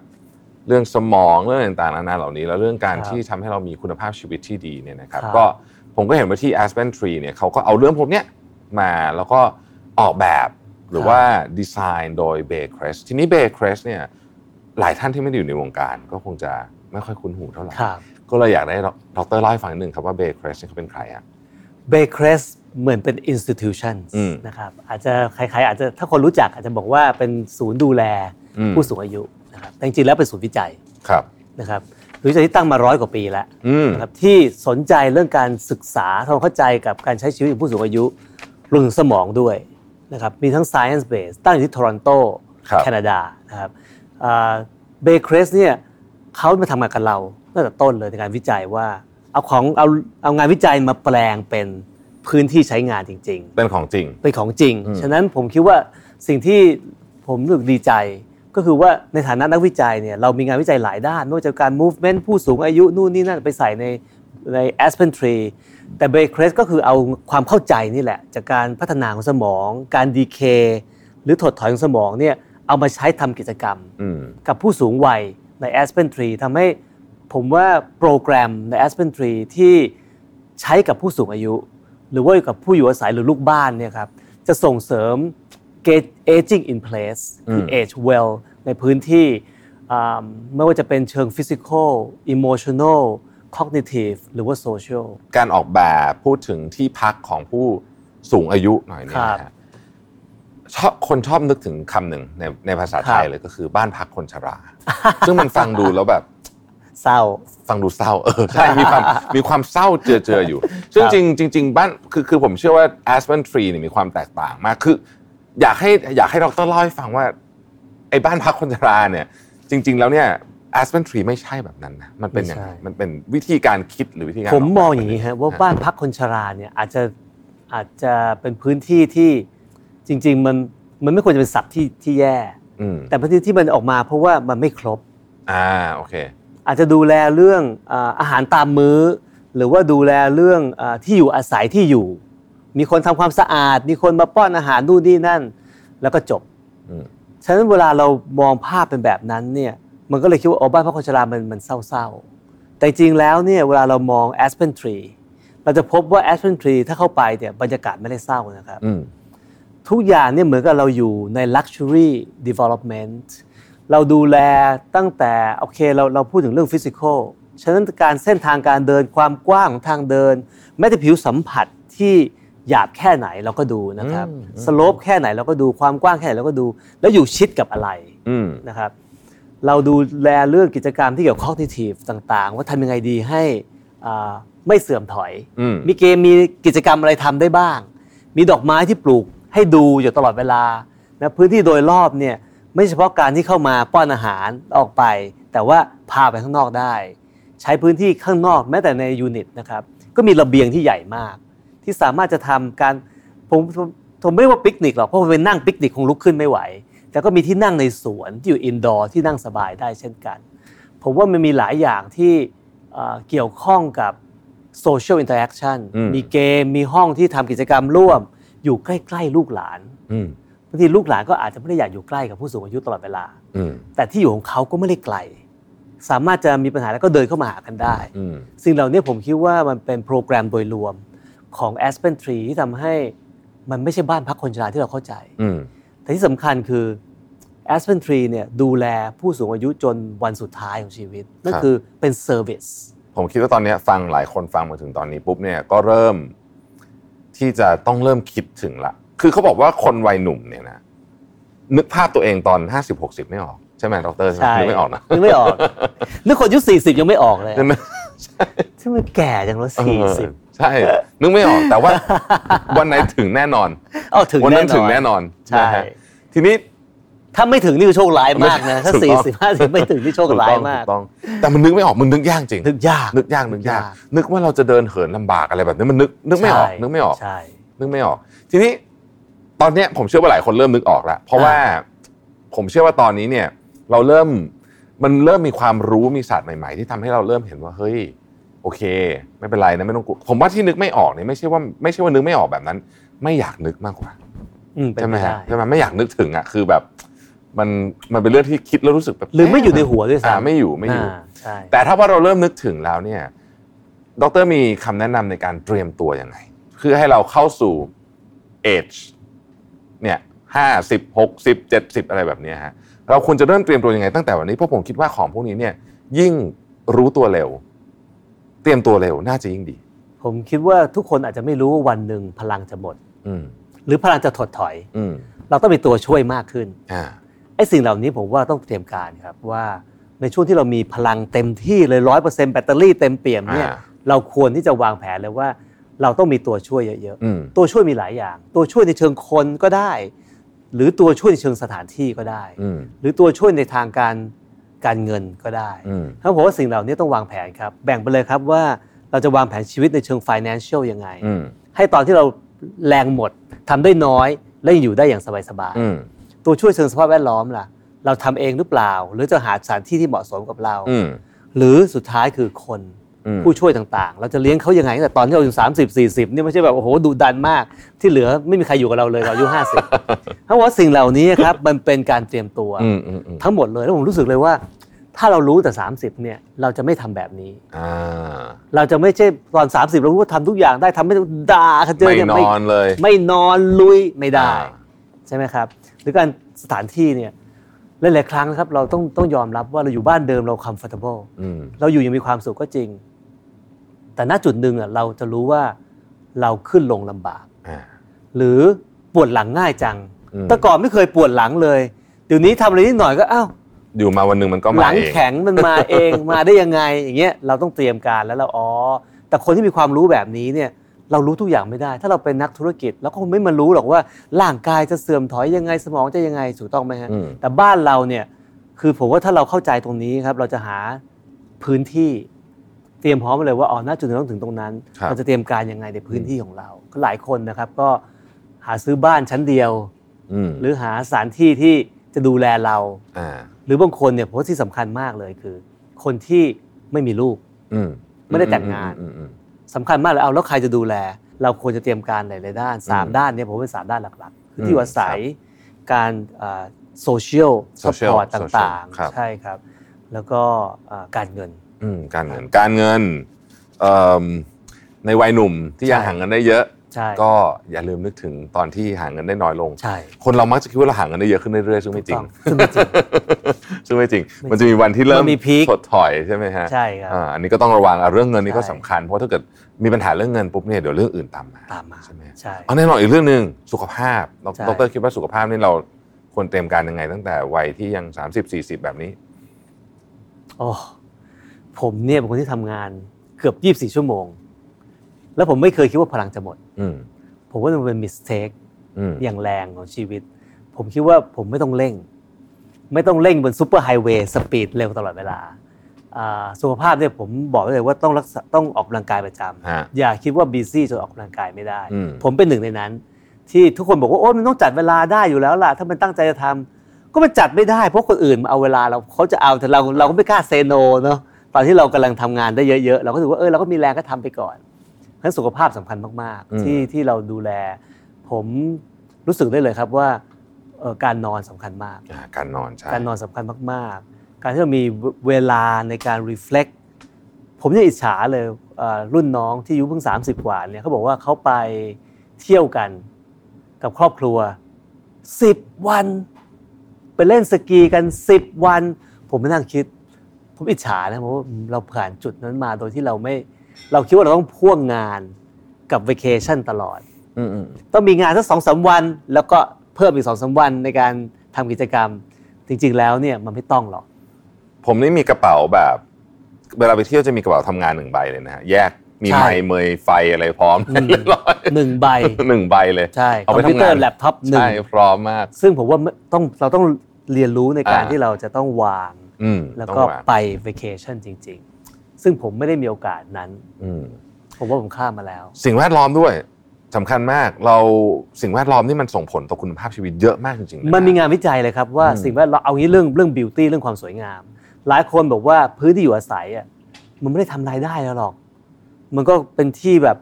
Speaker 1: เรื่องสมองเรื่องต่างๆนานาเหล่านี้ แล้วเรื่องการ
Speaker 2: ครับ
Speaker 1: ที่ทำให้เรามีคุณภาพชีวิตที่ดีเนี่ยนะครับ
Speaker 2: ครับ
Speaker 1: ก็ผมก็เห็นว่าที่ Aspen Tree เนี่ยเขาก็เอาเรื่องพวกเนี้ยมาแล้วก็ออกแบบหรือว่าดีไซน์โดย b a y c r e s t ทีนี้ b a y c r e s t เนี่ยหลายท่านที่ไม่ได้อยู่ในวงการ ก็คงจะไม่ค่อยคุ้นหูเท่าไหร่
Speaker 2: ครับ
Speaker 1: ก็เลยอยากได้ดรเล่าให้ฟังนิดนึงครับว่าเบย์ครสเขาเป็นใครอ่ะ
Speaker 2: เบเ r รสเหมือนเป็น institution
Speaker 1: อืม
Speaker 2: นะครับอาจจะใครๆอาจจะถ้าคนรู้จักอาจจะบอกว่าเป็นศูนย์ดูแล
Speaker 1: อืม
Speaker 2: ผู้สูงอายุนะครับแต่จริงๆแล้วเป็นศูนย์วิจัย
Speaker 1: ครับ
Speaker 2: นะครับวิจัยที่ตั้งมาร้อยกว่าปีแล้ว
Speaker 1: อืม
Speaker 2: นะครับที่สนใจเรื่องการศึกษาทำความเข้าใจกับการใช้ชีวิตของผู้สูงอายุรวมถึงสมองด้วยนะครับมีทั้ง science base ตั้งอยู่ที่โทรอนโต
Speaker 1: ครับ
Speaker 2: แคนาดานะครับเบเ r รสเนี่ยเขามาทำงานกับเราตั้งแต่ต้นเลยในการวิจัยว่า เอาของเอาเอางานวิจัยมาแปลงเป็นพื้นที่ใช้งานจริง
Speaker 1: เป็นของจริง
Speaker 2: ๆ เป็นของจริง ฉะนั้นผมคิดว่าสิ่งที่ผมรู้สึกดีใจ ก็คือว่าในฐานะนักวิจัยเนี่ยเรามีงานวิจัยหลายด้านไม่ว่าจะการ movement ผู้สูงอายุนู่นนี่นั่นไปใส่ในใน Aspen Tree แต่เบเ r รสก็คือเอาความเข้าใจนี่แหละ จากการพัฒนาของสมอง การดีเคหรือถดถอยของสมองเนี่ยเอามาใช้ทำกิจกรรม
Speaker 1: อืม
Speaker 2: กับผู้สูงวัยใน Aspen Tree ทำให้ผมว่าโปรแกรมใน Aspen Tree ที่ใช้กับผู้สูงอายุ หรือว่ากับผู้อยู่อาศัยหรือลูกบ้านเนี่ยครับจะส่งเสริม get aging in place คือ
Speaker 1: ม
Speaker 2: age well ในพื้นที่อ่าไม่ว่าจะเป็นเชิง physical emotional cognitive หรือว่า social
Speaker 1: การออกแบบพูดถึงที่พักของผู้สูงอายุหน่อยเนี่ย
Speaker 2: ครับ
Speaker 1: นะฮะชอบคนชอบนึกถึงคำหนึ่งในในภาษาไทย
Speaker 2: ครับ
Speaker 1: เลยก็คือบ้านพักคนชรา ซึ่งมันฟังดูแล้วแบบ
Speaker 2: เศร้า
Speaker 1: ฟังดูเศร้า เออใช่ มีความมีความเศร้าเจือเจืออยู่ ซึ่ง
Speaker 2: ครับ
Speaker 1: จริงจริง ๆ บ้านคือคือผมเชื่อว่า a s p e n Tree เนี่ยมีความแตกต่างมากคือ อยากให้อยากให้ดรเล่าให้ฟังว่าไอ้บ้านพักคนชราเนี่ย จริง ๆ แล้วเนี่ย a s p e n Tree ไม่ใช่แบบนั้นนะมันเป็นอย่าง
Speaker 2: ไม่ใช่
Speaker 1: มันเป็นวิธีการคิดหรือวิธีการ
Speaker 2: ผมมอง
Speaker 1: กแบบ
Speaker 2: อย่างนี้ฮะ
Speaker 1: มั
Speaker 2: ว่าบ้านพักคนชราเนี่ยอาจจะอาจจะเป็นพื้นที่ที่จริง ๆ มันมันไม่ควรจะเป็นศัพท์ที่ที่แย่
Speaker 1: อืม
Speaker 2: แต่พื้นที่ที่มันออกมาเพราะว่ามันไม่ครบ
Speaker 1: อ่าโอเค
Speaker 2: อาจจะดูแลเรื่องอ่าอาหารตามมื้อ หรือว่าดูแลเรื่องอาที่อยู่อาศัยที่อยู่ มีคนทำความสะอาด มีคนมาป้อนอาหารนู่นนี่นั่น แล้วก็จบ
Speaker 1: อืม
Speaker 2: ฉะนั้นเวลาเรามองภาพเป็นแบบนั้นเนี่ยมันก็เลยคิดว่าอ๋อบ้านพระคนชรามันมันเศร้าๆ แต่จริงแล้วเนี่ยเวลาเรามอง Aspen Tree เราจะพบว่า Aspen Tree ถ้าเข้าไปเนี่ยบรรยากาศไม่ได้เศร้านะครับ
Speaker 1: อืม
Speaker 2: ทุกอย่างเนี่ยเหมือนกับเราอยู่ใน Luxury Development เราดูแลตั้งแต่โอเคเราเราพูดถึงเรื่องฟิสิกอลฉะนั้นการเส้นทางการเดินความกว้างของทางเดิน แม้แต่ผิวสัมผัสที่หยาบแค่ไหนเราก็ดูนะครับ
Speaker 1: อืมอืม
Speaker 2: สโลปแค่ไหนเราก็ดูความกว้างแค่ไหนเราก็ดู แล้วอยู่ชิดกับอะไร
Speaker 1: อืม
Speaker 2: นะครับ เราดูแลเรื่องกิจกรรมที่เกี่ยวกับ cognitive ต่างๆ ว่าทำยังไงดีให้อ่าไม่เสื่อมถอย
Speaker 1: อืม
Speaker 2: มีเกมมีกิจกรรมอะไรทำได้บ้าง มีดอกไม้ที่ปลูกให้ดูอยู่ตลอดเวลานะพื้นที่โดยรอบเนี่ยไม่เฉพาะการที่เข้ามาป้อนอาหารออกไป แต่ว่าพาไปข้างนอกได้ ใช้พื้นที่ข้างนอกแม้แต่ในยูนิตนะครับก็มีระเบียงที่ใหญ่มาก ที่สามารถจะทำการผมผมผมไม่เรียกว่าปิกนิกหรอกเพราะผมไปนั่งปิกนิกคงลุกขึ้นไม่ไหว แต่ก็มีที่นั่งในสวนที่อยู่อินดอร์ที่นั่งสบายได้เช่นกัน ผมว่ามันมีหลายอย่างที่เอ่อเกี่ยวข้องกับโซเชียลอินเ r อร์แอคชั่น
Speaker 1: อืม
Speaker 2: มีเกม มีห้องที่ทำกิจกรรมร่วม อยู่ใกล้ ๆ ลูกหลาน
Speaker 1: อืม
Speaker 2: บางทีลูกหลานก็อาจจะไม่ได้อยากอยู่ใกล้กับผู้สูงอายุตลอดเวลา
Speaker 1: อืม
Speaker 2: แต่ที่อยู่ของเขาก็ไม่ได้ไกล สามารถจะมีปัญหาแล้วก็เดินเข้ามาหากันได้
Speaker 1: อืม
Speaker 2: สิ่งเหล่านี้ผมคิดว่ามันเป็นโปรแกรมโดยรวมของ Aspen Tree ที่ทำให้มันไม่ใช่บ้านพักคนชราที่เราเข้าใจ
Speaker 1: อืม
Speaker 2: แต่ที่สำคัญคือ Aspen Tree เนี่ยดูแลผู้สูงอายุจนวันสุดท้ายของชีวิต นั่น
Speaker 1: ครับ
Speaker 2: คือเป็นเซอร์วิส
Speaker 1: ผมคิดว่าตอนเนี้ยฟังหลายคนฟังมาถึงตอนนี้ปุ๊บเนี่ยก็เริ่มที่จะต้องเริ่มคิดถึงละ คือเขาบอกว่าคนวัยหนุ่มเนี่ยนะนึกภาพตัวเองตอน 50 60 ไม่ออก ใช่ไหมดรใช่ไหม
Speaker 2: ใช่
Speaker 1: นึกไม่ออกนะ
Speaker 2: นึกไม่ออก นึกคนอายุ40 ยังไม่ออกเลย
Speaker 1: นึกไม่
Speaker 2: ใช่ไหมแก่จังวะสี่สิบ
Speaker 1: เออใช่ นึกไม่ออกแต่ว่า วันไหนถึงแน่นอน
Speaker 2: เอาถึง
Speaker 1: วั
Speaker 2: แน่
Speaker 1: นั้น
Speaker 2: นอน
Speaker 1: ถึงแน่นอน
Speaker 2: ใช่
Speaker 1: นะฮะทีนี้
Speaker 2: ถ้าไม่ถึงนี่คือโชคร้ายมากนะ ถ้า
Speaker 1: ถูกต้อง
Speaker 2: 40 50 ไม่ถึงนี่โชค
Speaker 1: ถูก
Speaker 2: ร้า
Speaker 1: ต้
Speaker 2: ย
Speaker 1: องถู
Speaker 2: มาก
Speaker 1: กต้อง แต่มันนึกไม่ออกมันนึกยากจริง
Speaker 2: นึกยาก
Speaker 1: นึกยากนึกยาก
Speaker 2: ยาก
Speaker 1: นึกว่าเราจะเดินเหินลำบากอะไรแบบนี้มันนึกนึกไม่ออก
Speaker 2: ใช่
Speaker 1: นึกไม่ออก
Speaker 2: ใช่
Speaker 1: นึกไม่ออก ทีนี้ตอนเนี้ยผมเชื่อว่าหลายคนเริ่มนึกออกแล้ว เพราะว่าผมเชื่อว่าตอนนี้เนี่ย เราเริ่มมันเริ่มมีความรู้มีศาสตร์ใหม่ ๆ ที่ทำให้เราเริ่มเห็นว่าเฮ้ยโอเค ไม่เป็นไรนะไม่ต้องกลัวผมว่าที่นึกไม่ออกเนี่ยไม่ใช่ว่าไม่ใช่ว่านึกไม่ออกแบบนั้น ไม่อยากนึกมากกว่า
Speaker 2: อืมเป็น
Speaker 1: ใช่ไห
Speaker 2: ไป
Speaker 1: มฮะ
Speaker 2: ได้
Speaker 1: ใช่ไหมไม่อยากนึกถึงอ่ะคือแบบ มันมันเป็นเรื่องที่คิดแล้วรู้สึกแบบ
Speaker 2: หรือไม่อยู่ในหัวด้วย
Speaker 1: อ่า
Speaker 2: ซ้ำ
Speaker 1: ไม่อยู่ไม่อยู่
Speaker 2: าใช่
Speaker 1: แต่ถ้าว่าเราเริ่มนึกถึงแล้วเนี่ย ดรมีคำแนะนำในการเตรียมตัวยังไง คือให้เราเข้าสู่ age เนี่ยห้าสิบหกสิบเจ็ดสิบอะไรแบบเนี้ยฮะ เราควรจะเริ่มเตรียมตัวยังไงตั้งแต่วันนี้ เพราะผมคิดว่าของพวกนี้เนี่ย ยิ่งรู้ตัวเร็ว เตรียมตัวเร็วน่าจะยิ่งดี
Speaker 2: ผมคิดว่าทุกคนอาจจะไม่รู้ว่าวันหนึ่งพลังจะหมด
Speaker 1: อืม
Speaker 2: หรือพลังจะถดถอย
Speaker 1: อืม
Speaker 2: เราต้องมีตัวช่วยมากขึ้น
Speaker 1: อ่า
Speaker 2: ไอ้สิ่งเหล่านี้ผมว่าต้องเตรียมการครับว่าในช่วงที่เรามีพลังเต็มที่เลยร้อยเปอร์เซ็นต์แบตเตอรี่เต็มเปี่ยมเนี่ย
Speaker 1: อ่า
Speaker 2: เราควรที่จะวางแผนเลยว่า เราต้องมีตัวช่วยเยอะ
Speaker 1: อืม
Speaker 2: ๆ ตัวช่วยมีหลายอย่าง ตัวช่วยในเชิงคนก็ได้ หรือตัวช่วยในเชิงสถานที่ก็ได้
Speaker 1: อืม
Speaker 2: หรือตัวช่วยในทางการการเงินก็ได้
Speaker 1: อืม
Speaker 2: ถ้าผมว่าสิ่งเหล่านี้ต้องวางแผนครับ แบ่งไปเลยครับว่าเราจะวางแผนชีวิตในเชิง financial ยังไง
Speaker 1: อืม
Speaker 2: ให้ตอนที่เราแรงหมดทำได้น้อยและยังอยู่ได้อย่างสบายๆ
Speaker 1: อืม
Speaker 2: ตัวช่วยเชิงสภาพแวดล้อมล่ะ เราทำเองหรือเปล่า หรือจะหาสถานที่ที่เหมาะสมกับเรา
Speaker 1: อืม
Speaker 2: หรือสุดท้ายคือคน
Speaker 1: อืม
Speaker 2: ผู้ช่วยต่างๆ เราจะเลี้ยงเขายังไงตั้งแต่ตอนที่เราอยู่30 40เนี่ยไม่ใช่แบบโอ้โหดุดันมาก ที่เหลือไม่มีใครอยู่กับเราเลยเราอายุ 50เพราะว่าสิ่งเหล่านี้ ครับมันเป็นการเตรียมตัว
Speaker 1: อืมอืมอืม
Speaker 2: ทั้งหมดเลยแล้วผมรู้สึกเลยว่า ถ้าเรารู้แต่ 30เนี่ยเราจะไม่ทำแบบนี้
Speaker 1: อ่า
Speaker 2: เราจะไม่ใช่ตอน 30เรารู้ว่าทำทุกอย่างได้ทำไม่ได้ด่ากันเจอ
Speaker 1: ไม่
Speaker 2: เนี่ย
Speaker 1: น
Speaker 2: ไม่
Speaker 1: อนเลย
Speaker 2: ไม่นอนลุยไม่ได้
Speaker 1: อ่า
Speaker 2: ใช่ไหมครับหรือการสถานที่เนี่ยหลายๆครั้งนะครับเราต้องต้องยอมรับว่าเราอยู่บ้านเดิมเรา comfortable
Speaker 1: อืม
Speaker 2: เราอยู่ยังมีความสุขก็จริง แต่ณจุดหนึ่งอ่ะเราจะรู้ว่าเราขึ้นลงลำบาก
Speaker 1: อ่า
Speaker 2: หรือปวดหลังง่ายจัง
Speaker 1: อืม
Speaker 2: แต่ก่อนไม่เคยปวดหลังเลย เดี๋ยวนี้ทำอะไรนิดหน่อยก็อ้าว
Speaker 1: อยู่มาวันหนึ่งมันก็
Speaker 2: ห
Speaker 1: มา
Speaker 2: ลัง
Speaker 1: เอง
Speaker 2: แข็งมันมาเอง มาได้ยังไงอย่างเงี้ยเราต้องเตรียมการแล้วเราอ๋อแต่คนที่มีความรู้แบบนี้เนี่ยเรารู้ทุกอย่างไม่ได้ ถ้าเราเป็นนักธุรกิจเราก็คงไม่มารู้หรอกว่าร่างกายจะเสื่อมถอยยังไงสมองจะยังไงถูกต้องไหมฮะ
Speaker 1: อืม
Speaker 2: แต่บ้านเราเนี่ยคือผมว่าถ้าเราเข้าใจตรงนี้ครับเราจะหาพื้นที่เตรียมพร้อมไว้เลยว่าอ๋อหน้าจุดหนึงต้องถึงตรงนั้น
Speaker 1: ครับ
Speaker 2: เราจะเตรียมการยังไงในพื้นที่ของเราก็หลายคนนะครับก็หาซื้อบ้านชั้นเดียว
Speaker 1: อืม
Speaker 2: หรือหาสถานที่ที่จะดูแลเรา
Speaker 1: อ่า
Speaker 2: หรือบางคนเนี่ยผมว่าที่สำคัญมากเลยคือ คนที่ไม่มีลูก
Speaker 1: อืม
Speaker 2: ไม่ได้แต่งงาน
Speaker 1: อืมอืม
Speaker 2: สำคัญมากเลยเอาแล้วใครจะดูแล เราควรจะเตรียมการหลายๆด้านสาม
Speaker 1: อืม
Speaker 2: ด้านเนี่ยผมว่าเป็นสามด้านหลักๆคืออ
Speaker 1: ม
Speaker 2: ที่อยู่อาศัยการโซเชียลส
Speaker 1: Social
Speaker 2: ปอร์ต
Speaker 1: social
Speaker 2: ต่าง
Speaker 1: ครับ
Speaker 2: ๆ ใช่ครับ แล้วก็เอ่อการเงิน
Speaker 1: อืมการเงินการเงินเอิ่มในวัยหนุ่มที่ยัง
Speaker 2: ใช่
Speaker 1: หาเงินได้เยอะ
Speaker 2: ใช่
Speaker 1: ก็อย่าลืมนึกถึงตอนที่หาเงินได้น้อยลง
Speaker 2: ใช่
Speaker 1: คนเรามักจะคิดว่าเราหาเงินได้เยอะขึ้นเรื่อยๆซึ่งไม่จริง
Speaker 2: ต้องซึ่งไม่จริง
Speaker 1: ซึ่งไม่จริง มันจะมีวันที่เริ่
Speaker 2: มันมี peak
Speaker 1: ถดถอยใช่ไหมฮะ
Speaker 2: ใช่ครับ
Speaker 1: อ่าอันนี้ก็ต้องระวังอ่ะเรื่องเงินนี่ก็
Speaker 2: ใช่
Speaker 1: สำคัญ เพราะถ้าเกิดมีปัญหาเรื่องเงินปุ๊บเนี่ยเดี๋ยวเรื่องอื่นตามมา
Speaker 2: ตามมา
Speaker 1: ใช่ไหม
Speaker 2: ใช่
Speaker 1: เอาแน่นอนอีกเรื่องหนึ่งสุขภาพดร
Speaker 2: ใช่
Speaker 1: ดรคิดว่าสุขภาพนี่เราควรเตรียมการยังไง ตั้งแต่วัยที่ยัง 30 40 แบบนี้
Speaker 2: โอ้ผมเนี่ยเป็นคนที่ทำงานเกือบ 24 ชั่วโมง แล้วผมไม่เคยคิดว่าพลังจะหมด
Speaker 1: อืม
Speaker 2: ผมว่ามันเป็นมิสเทค
Speaker 1: อืม
Speaker 2: อย่างแรงของชีวิต ผมคิดว่าผมไม่ต้องเร่ง ไม่ต้องเร่งบนซูเปอร์ไฮเวย์สปีดเร็วตลอดเวลาอ่าสุขภาพเนี่ยผมบอกได้เลยว่าต้องรักษาต้องออกกำลังกายประจ
Speaker 1: ฮะ
Speaker 2: ำอย่าคิดว่าบีซี่จนออกกำลังกายไม่ได้
Speaker 1: อืม
Speaker 2: ผมเป็นหนึ่งในนั้น ที่ทุกคนบอกว่าโอ้มันต้องจัดเวลาได้อยู่แล้วล่ะ ถ้ามันตั้งใจจะทำก็มันจัดไม่ได้ เพราะคนอื่นมาเอาเวลาเราเขาจะเอาแต่เราเราก็ไม่กล้าเซโนเนาะตอนที่เรากำลังทำงานได้เยอะๆ เราก็ถือว่าเออเราก็มีแรงก็ทำไปก่อนเพราะฉะนั้นสุขภาพสำคัญมาก
Speaker 1: อืม
Speaker 2: ๆ ที่ที่เราดูแล ผมรู้สึกได้เลยครับว่าเอ่อการนอนสำคัญมาก
Speaker 1: อ่าการนอนใช่
Speaker 2: การนอนสำคัญมาก ๆ การที่เรามีเวเวลาในการ reflect ผมยังอิจฉาเลยเอ่อรุ่นน้องที่อายุเพิ่ง 30 กว่าเนี่ยเขาบอกว่าเขาไปเที่ยวกันกับครอบครัว 10 วัน ไปเล่นสกีกัน 10 วัน ผมไม่นั่งคิด ผมอิจฉานะเพราะว่าเราผ่านจุดนั้นมาโดยที่เราไม่ เราคิดว่าเราต้องพ่วงงานกับ vacation ตลอด
Speaker 1: อืมอืม
Speaker 2: ต้องมีงานสักสองสาวัน แล้วก็เพิ่มอีกสองสาวันในการทำกิจกรรม จริง ๆ แล้วเนี่ยมันไม่ต้อง หรอก
Speaker 1: ผมนี่มีกระเป๋าแบบ เวลาไปเที่ยวจะมีกระเป๋าทำงานหนึ่งใบเลยนะฮะแยกมี
Speaker 2: ใช่
Speaker 1: ไมค์เมยไฟอะไรพร้อม เรียบร้อย
Speaker 2: หนึ่งใบ
Speaker 1: หนึ่งใบเลย
Speaker 2: ใช่ค
Speaker 1: เอา
Speaker 2: อ
Speaker 1: ไป
Speaker 2: มพิวเตอ
Speaker 1: ทำงา
Speaker 2: ร์
Speaker 1: น
Speaker 2: แล็ปท็อปหนึ่ง
Speaker 1: ใช่พร้อมมาก
Speaker 2: ซึ่งผมว่าไม่ต้องเราต้องเรียนรู้ในการ
Speaker 1: อ่า
Speaker 2: ที่เราจะต้องวาง
Speaker 1: อืม
Speaker 2: แล้ว
Speaker 1: ต้อง
Speaker 2: ก็
Speaker 1: วาง
Speaker 2: ไป vacation จริง ๆ ซึ่งผมไม่ได้มีโอกาสนั้น
Speaker 1: อืม
Speaker 2: ผมว่าผมข้ามมาแล้ว
Speaker 1: สิ่งแวดล้อมด้วยสำคัญมาก เราสิ่งแวดล้อมนี่มันส่งผลต่อคุณภาพชีวิตเยอะมากจริงๆะ
Speaker 2: มันมีงานวิจัยเลยครับว่า
Speaker 1: อืม
Speaker 2: สิ่งแวดล้อมเอางี้เรื่องเรื่อง beauty เรื่องความสวยงาม หลายคนบอกว่าพื้นที่อยู่อาศัยอ่ะมันไม่ได้ทำรายได้แล้วหรอก มันก็เป็นที่แบบ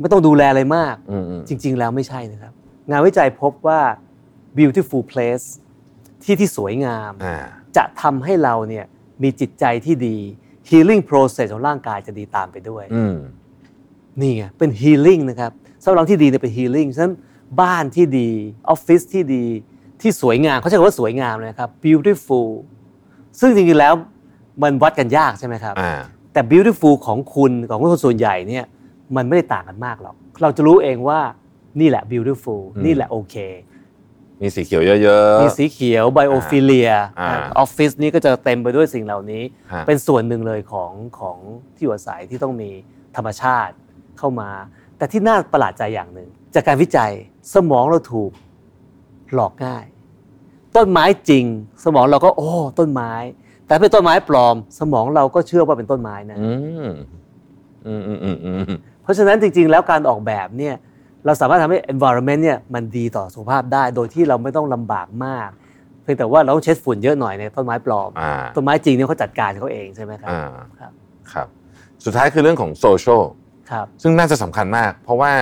Speaker 2: ไม่ต้องดูแลอะไรมาก
Speaker 1: อืมอืม
Speaker 2: จริง ๆ แล้วไม่ใช่นะครับ งานวิจัยพบว่า beautiful place ที่ที่สวยงาม
Speaker 1: อ่า
Speaker 2: จะทำให้เราเนี่ยมีจิตใจที่ดี healing process ของร่างกายจะดีตามไปด้วย
Speaker 1: อืม
Speaker 2: นี่ไงเป็น healing นะครับสำหรับเราที่ดีเนี่ยเป็น healing ฉะนั้นบ้านที่ดี ออฟฟิศที่ดีที่สวยงามเขาใช้คำว่าสวยงามเลยนะครับ beautiful ซึ่งจริงๆแล้วมันวัดกันยากใช่ไหมครับ
Speaker 1: อ่า
Speaker 2: แต่ beautiful ของคุณของคนส่วนใหญ่เนี่ยมันไม่ได้ต่างกันมากหรอก เราจะรู้เองว่านี่แหละ beautiful
Speaker 1: อืม
Speaker 2: นี่แหละโอเค
Speaker 1: มีสีเขียวเยอะ
Speaker 2: มีสีเขียว biophilia
Speaker 1: อ่า
Speaker 2: ออฟฟิศนี้ก็จะเต็มไปด้วยสิ่งเหล่านี้
Speaker 1: ฮะ
Speaker 2: เป็นส่วนหนึ่งเลยของของที่อยู่อาศัยที่ต้องมีธรรมชาติเข้ามา แต่ที่น่าประหลาดใจอย่างหนึ่ง จากการวิจัยสมองเราถูกหลอกง่าย ต้นไม้จริง สมองเราก็โอ้ ต้นไม้ แต่เป็นต้นไม้ปลอม สมองเราก็เชื่อว่าเป็นต้นไม้นะ
Speaker 1: อืมอืมอืมอืมอืม
Speaker 2: เพราะฉะนั้นจริง ๆ แล้วการออกแบบเนี่ยเราสามารถทำให้ environment เนี่ยมันดีต่อสุขภาพได้ โดยที่เราไม่ต้องลำบากมาก เพียงแต่ว่าเราต้องเช็ดฝุ่นเยอะหน่อยในต้นไม้ปลอม
Speaker 1: อ่า
Speaker 2: ต้นไม้จริงเนี่ยเขาจัดการเขาเองใช่ไหมครับ
Speaker 1: อ่า
Speaker 2: ครับ
Speaker 1: ครับ สุดท้ายคือเรื่องของโซเชียล
Speaker 2: ครับ
Speaker 1: ซึ่งน่าจะสำคัญมาก เพราะว่า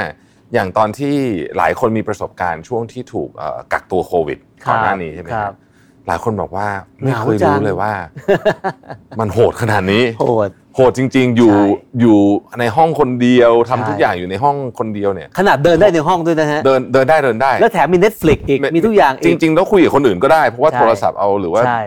Speaker 1: อย่างตอนที่หลายคนมีประสบการณ์ช่วงที่ถูกเอ่อกักตัวโควิด
Speaker 2: ค
Speaker 1: ก่
Speaker 2: รับ
Speaker 1: อนหน้านี้ใช่ไหม
Speaker 2: ค
Speaker 1: ค
Speaker 2: รั
Speaker 1: รั
Speaker 2: บบ
Speaker 1: หลายคนบอกว่าไม่เคย
Speaker 2: เหงาจั
Speaker 1: รู้
Speaker 2: ง
Speaker 1: เลยว่า มันโหดขนาดนี้
Speaker 2: โหด
Speaker 1: โหดจริง ๆ อยู่
Speaker 2: ใช่
Speaker 1: อยู่ในห้องคนเดียวทำ
Speaker 2: ใช่
Speaker 1: ทุกอย่างอยู่ในห้องคนเดียวเนี่ย
Speaker 2: ขนาดเดินได้ในห้องด้วยนะฮะ
Speaker 1: เดินเดินได้เดินได้
Speaker 2: แล้วแถมมี Netflix อีก
Speaker 1: ไม่
Speaker 2: มีทุกอย่าง
Speaker 1: จ
Speaker 2: อีก
Speaker 1: ริง ๆ แล้วคุยกับคนอื่นก็ได้ เพราะว่า
Speaker 2: ใช่
Speaker 1: โทรศัพท์เอาหรือว่า
Speaker 2: ใช่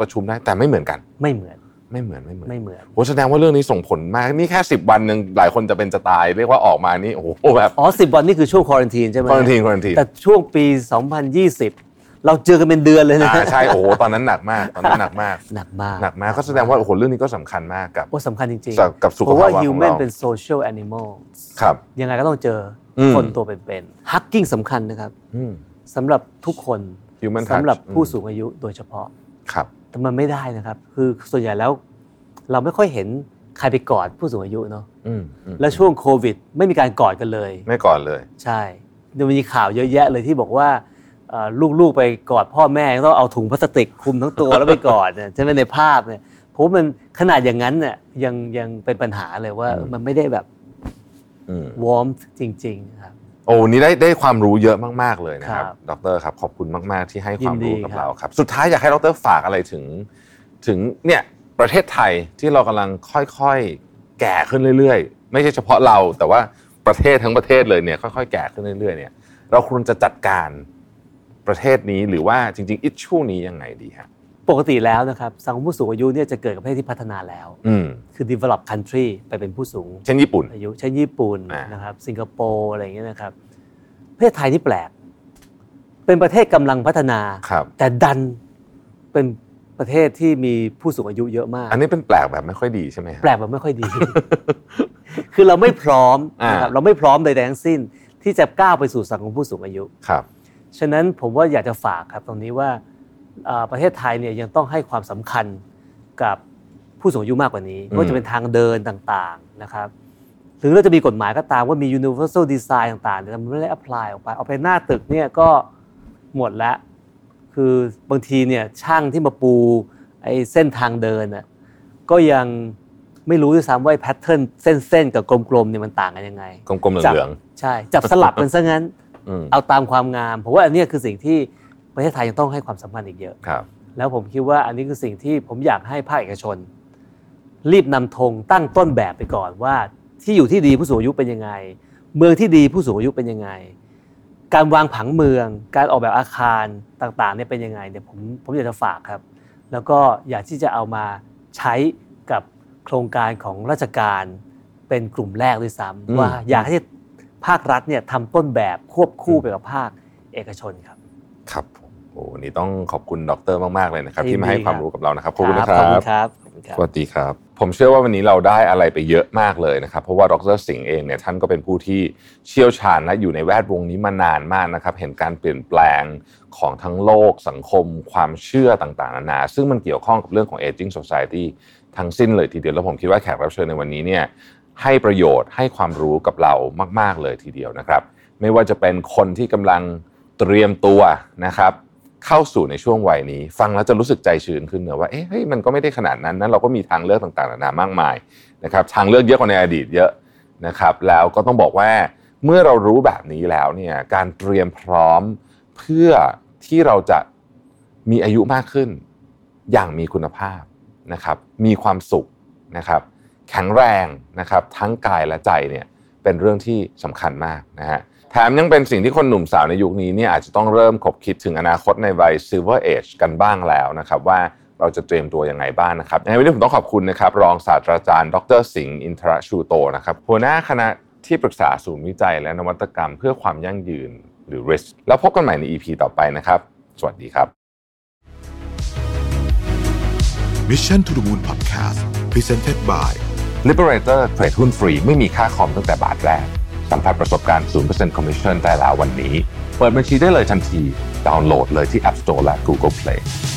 Speaker 1: ประชุมได้แต่ไม่เหมือนกัน
Speaker 2: ไม่เหมือน
Speaker 1: ไม่เหมือนไม่เหมือน
Speaker 2: ไม่เหมือน
Speaker 1: โหแสดงว่าเรื่องนี้ส่งผลมากนี่แค่ 10 วันหนึ่งหลายคนจะเป็นจะตาย เรียกว่าออกมานี่โอ้โหแบบ
Speaker 2: อ๋อสิบวันนี่คือช่วงควอรันทีนใช่ไหม
Speaker 1: คอนทีนคอนทีน
Speaker 2: แต่ช่วงปี 2020 เราเจอกันเป็นเดือนเลยนะ
Speaker 1: อ่าใช่โอ้โหตอนนั้นหนักมากตอนนั้นหนักมาก
Speaker 2: หนักมาก
Speaker 1: หนักมากก็แสดงว่าโอ้โหเรื่องนี้ก็สำคัญมากกับ
Speaker 2: โอ้สำคัญจริง
Speaker 1: กับกับสุข
Speaker 2: เพราะว่า
Speaker 1: ภาวะของ
Speaker 2: human
Speaker 1: เรา
Speaker 2: เป็น social animal
Speaker 1: ครับ
Speaker 2: ยังไงก็ต้องเจออ
Speaker 1: ม
Speaker 2: คนตัวเป็นๆ hugging สำคัญนะครับ
Speaker 1: อืม
Speaker 2: สำหรับทุกคน
Speaker 1: human touch
Speaker 2: สำหรับผู้
Speaker 1: อืม
Speaker 2: สูงอายุโดยเฉพาะ
Speaker 1: ครับ
Speaker 2: แต่มันไม่ได้นะครับ คือส่วนใหญ่แล้ว เราไม่ค่อยเห็นใครไปกอดผู้สูงอายุเนาะ
Speaker 1: อืมอืม
Speaker 2: และช่วงโควิด ไม่มีการกอดกันเลย
Speaker 1: ไม่ก่อนเลย
Speaker 2: ใช่เดี๋ยวมีข่าวเยอะแยะเลยที่บอกว่าเอ่อลูกๆไปกอดพ่อแม่ต้องเอาถุงพลาสติกคลุมทั้งตัว แล้วไปกอดเนี่ยใช่ไหมในภาพเนี่ยผมว่ามันขนาดอย่างนั้นเนี่ยยังยังเป็นปัญหาเลยว่า
Speaker 1: อืม
Speaker 2: มันไม่ได้แบบ
Speaker 1: อืม
Speaker 2: วอร์มจริง ๆ ครับ
Speaker 1: โอ้วันนี่ได้ได้ความรู้เยอะมากๆเลยนะครับ
Speaker 2: ครับ
Speaker 1: ดรครับ ขอบคุณมาก ๆ ที่ให้ความรู้
Speaker 2: ยินดี
Speaker 1: กับ
Speaker 2: ครับ
Speaker 1: เราครับ สุดท้ายอยากให้ดรฝากอะไรถึง ถึงเนี่ยประเทศไทยที่เรากำลังค่อยๆ แก่ขึ้นเรื่อย ๆ ไม่ใช่เฉพาะเราแต่ว่าประเทศทั้งประเทศเลยเนี่ยค่อยๆ แก่ขึ้นเรื่อย ๆ เนี่ย เราควรจะจัดการประเทศนี้หรือว่าจริงๆอิชชูนี้ยังไงดีฮะ
Speaker 2: ปกติแล้วนะครับสังคมผู้สูงอายุเนี่ยจะเกิดกับประเทศที่พัฒนาแล้ว
Speaker 1: อืม
Speaker 2: คือ develop country ไปเป็นผู้สูง
Speaker 1: เช่นญี่ปุ่น
Speaker 2: อายุเช่นญี่ปุ่น
Speaker 1: อ่าน
Speaker 2: นะครับสิงคโปร์อะไรอย่างเงี้ยนะครับประเทศไทยนี่แปลก เป็นประเทศกำลังพัฒนา
Speaker 1: ครับ
Speaker 2: แต่ดันเป็นประเทศที่มีผู้สูงอายุเยอะมาก
Speaker 1: อันนี้เป็นแปลกแบบไม่ค่อยดีใช่ไหมฮะ
Speaker 2: แปลกแบบไม่ค่อยดี คือเราไม่พร้อม
Speaker 1: อ่าน
Speaker 2: นะครับเราไม่พร้อมใดๆทั้งสิ้น ที่จะก้าวไปสู่สังคมผู้สูงอายุ
Speaker 1: ครับ
Speaker 2: ฉะนั้นผมว่าอยากจะฝากครับตรงนี้ว่าอ่าประเทศไทยเนี่ยยังต้องให้ความสำคัญกับผู้สูงอายุมากกว่านี้
Speaker 1: อืม
Speaker 2: ไม่ว่าจะเป็นทางเดินต่างๆนะครับถึงเราจะมีกฎหมายก็ตามว่ามี universal design ต่างๆแต่มันไม่ได้ apply ออกไปเอาไปหน้าตึกเนี่ยก็หมดละคือบางทีเนี่ยช่างที่มาปูไอ้เส้นทางเดินน่ะก็ยังไม่รู้ด้วยซ้ำว่าแพทเทิร์นเส้นๆกับกลมๆเนี่ยมันต่างกันยังไง
Speaker 1: กลมๆเหลือง
Speaker 2: ใช่จับสลับมันซะงั้น
Speaker 1: ๆอืม
Speaker 2: เอาตามความงามผมว่าอันเนี้ยคือสิ่งที่ประเทศไทยยังต้องให้ความสำคัญอีกเยอะ
Speaker 1: ครับ
Speaker 2: แล้วผมคิดว่าอันนี้คือสิ่งที่ผมอยากให้ภาคเอกชน รีบนำธงตั้งต้นแบบไปก่อนว่า ที่อยู่ที่ดีผู้สูงอายุเป็นยังไง เมืองที่ดีผู้สูงอายุเป็นยังไง การวางผังเมือง การออกแบบอาคารต่างๆเนี่ยเป็นยังไงเนี่ยผมผมอยากจะฝากครับ แล้วก็อยากที่จะเอามาใช้กับโครงการของราชการเป็นกลุ่มแรกด้วยซ้ำว่าอยากให้ภาครัฐเนี่ยทำต้นแบบควบคู่ไปกับภาคเอกชนครับ
Speaker 1: ครับผมโอ้วันนี่ต้องขอบคุณดรมากๆเลยนะครับ
Speaker 2: ยิน
Speaker 1: ที่
Speaker 2: ดี
Speaker 1: มาให้ความ
Speaker 2: ครับ
Speaker 1: รู้กับเรานะครับขอบคุณนะค
Speaker 2: ข
Speaker 1: รั
Speaker 2: อบคุ
Speaker 1: บ
Speaker 2: ณครับขอบคุณครับ
Speaker 1: สวัสดีครับ ผมเชื่อว่าวันนี้เราได้อะไรไปเยอะมากเลยนะครับ เพราะว่าดรสิงห์เองเนี่ยท่านก็เป็นผู้ที่เชี่ยวชาญและอยู่ในแวดวงนี้มานานมากนะครับ เห็นการเปลี่ยนแปลงของทั้งโลกสังคม ความเชื่อต่างๆนานาซึ่งมันเกี่ยวข้องกับเรื่องของ aging society ทั้งสิ้นเลยทีเดียวแล้วผมคิดว่าแขกรับเชิญในวันนี้เนี่ยให้ประโยชน์ให้ความรู้กับเรามาก ๆเลยทีเดียวนะครับ ไม่ว่าจะเป็นคนที่กำลังเตรียมตัวนะครับ เข้าสู่ในช่วงวัยนี้ ฟังแล้วจะรู้สึกใจชื้นขึ้นเนอะว่าเอ๊ะเฮ้ยมันก็ไม่ได้ขนาดนั้นนะเราก็มีทางเลือกต่างๆนานามากมายนะครับทางเลือกเยอะกว่าในอดีตเยอะนะครับแล้วก็ต้องบอกว่าเมื่อเรารู้แบบนี้แล้วเนี่ยการเตรียมพร้อมเพื่อที่เราจะมีอายุมากขึ้น อย่างมีคุณภาพนะครับมีความสุขนะครับแข็งแรงนะครับทั้งกายและใจเนี่ยเป็นเรื่องที่สำคัญมากนะฮะ แถมยังเป็นสิ่งที่คนหนุ่มสาวในยุคนี้เนี่ยอาจจะต้องเริ่มคบคิดถึงอนาคตในวัย Silver Age กันบ้างแล้วนะครับ ว่าเราจะเตรียมตัวยังไงบ้างนะครับในวันนี้ผมต้องขอบคุณนะครับ รองศาสตราจารย์ ดรสิงห์อินทรชูโตนะครับหัวหน้าคณะที่ปรึกษาศูนย์วิจัย และนวัตกรรมเพื่อความยั่งยืนหรือ RISK แล้วพบกันใหม่ใน EP ต่อไปนะครับ สวัสดีครับ
Speaker 3: Mission to the Moon Podcast Presented by
Speaker 1: Liberator เทรดหุ้นฟรีไม่มีค่าคอมตั้งแต่บาทแรก สัมผัสประสบการณ์ 0% commission ได้แล้ววันนี้ เปิดบัญชีได้เลยทันที ดาวน์โหลดเลยที่ App Store และ Google Play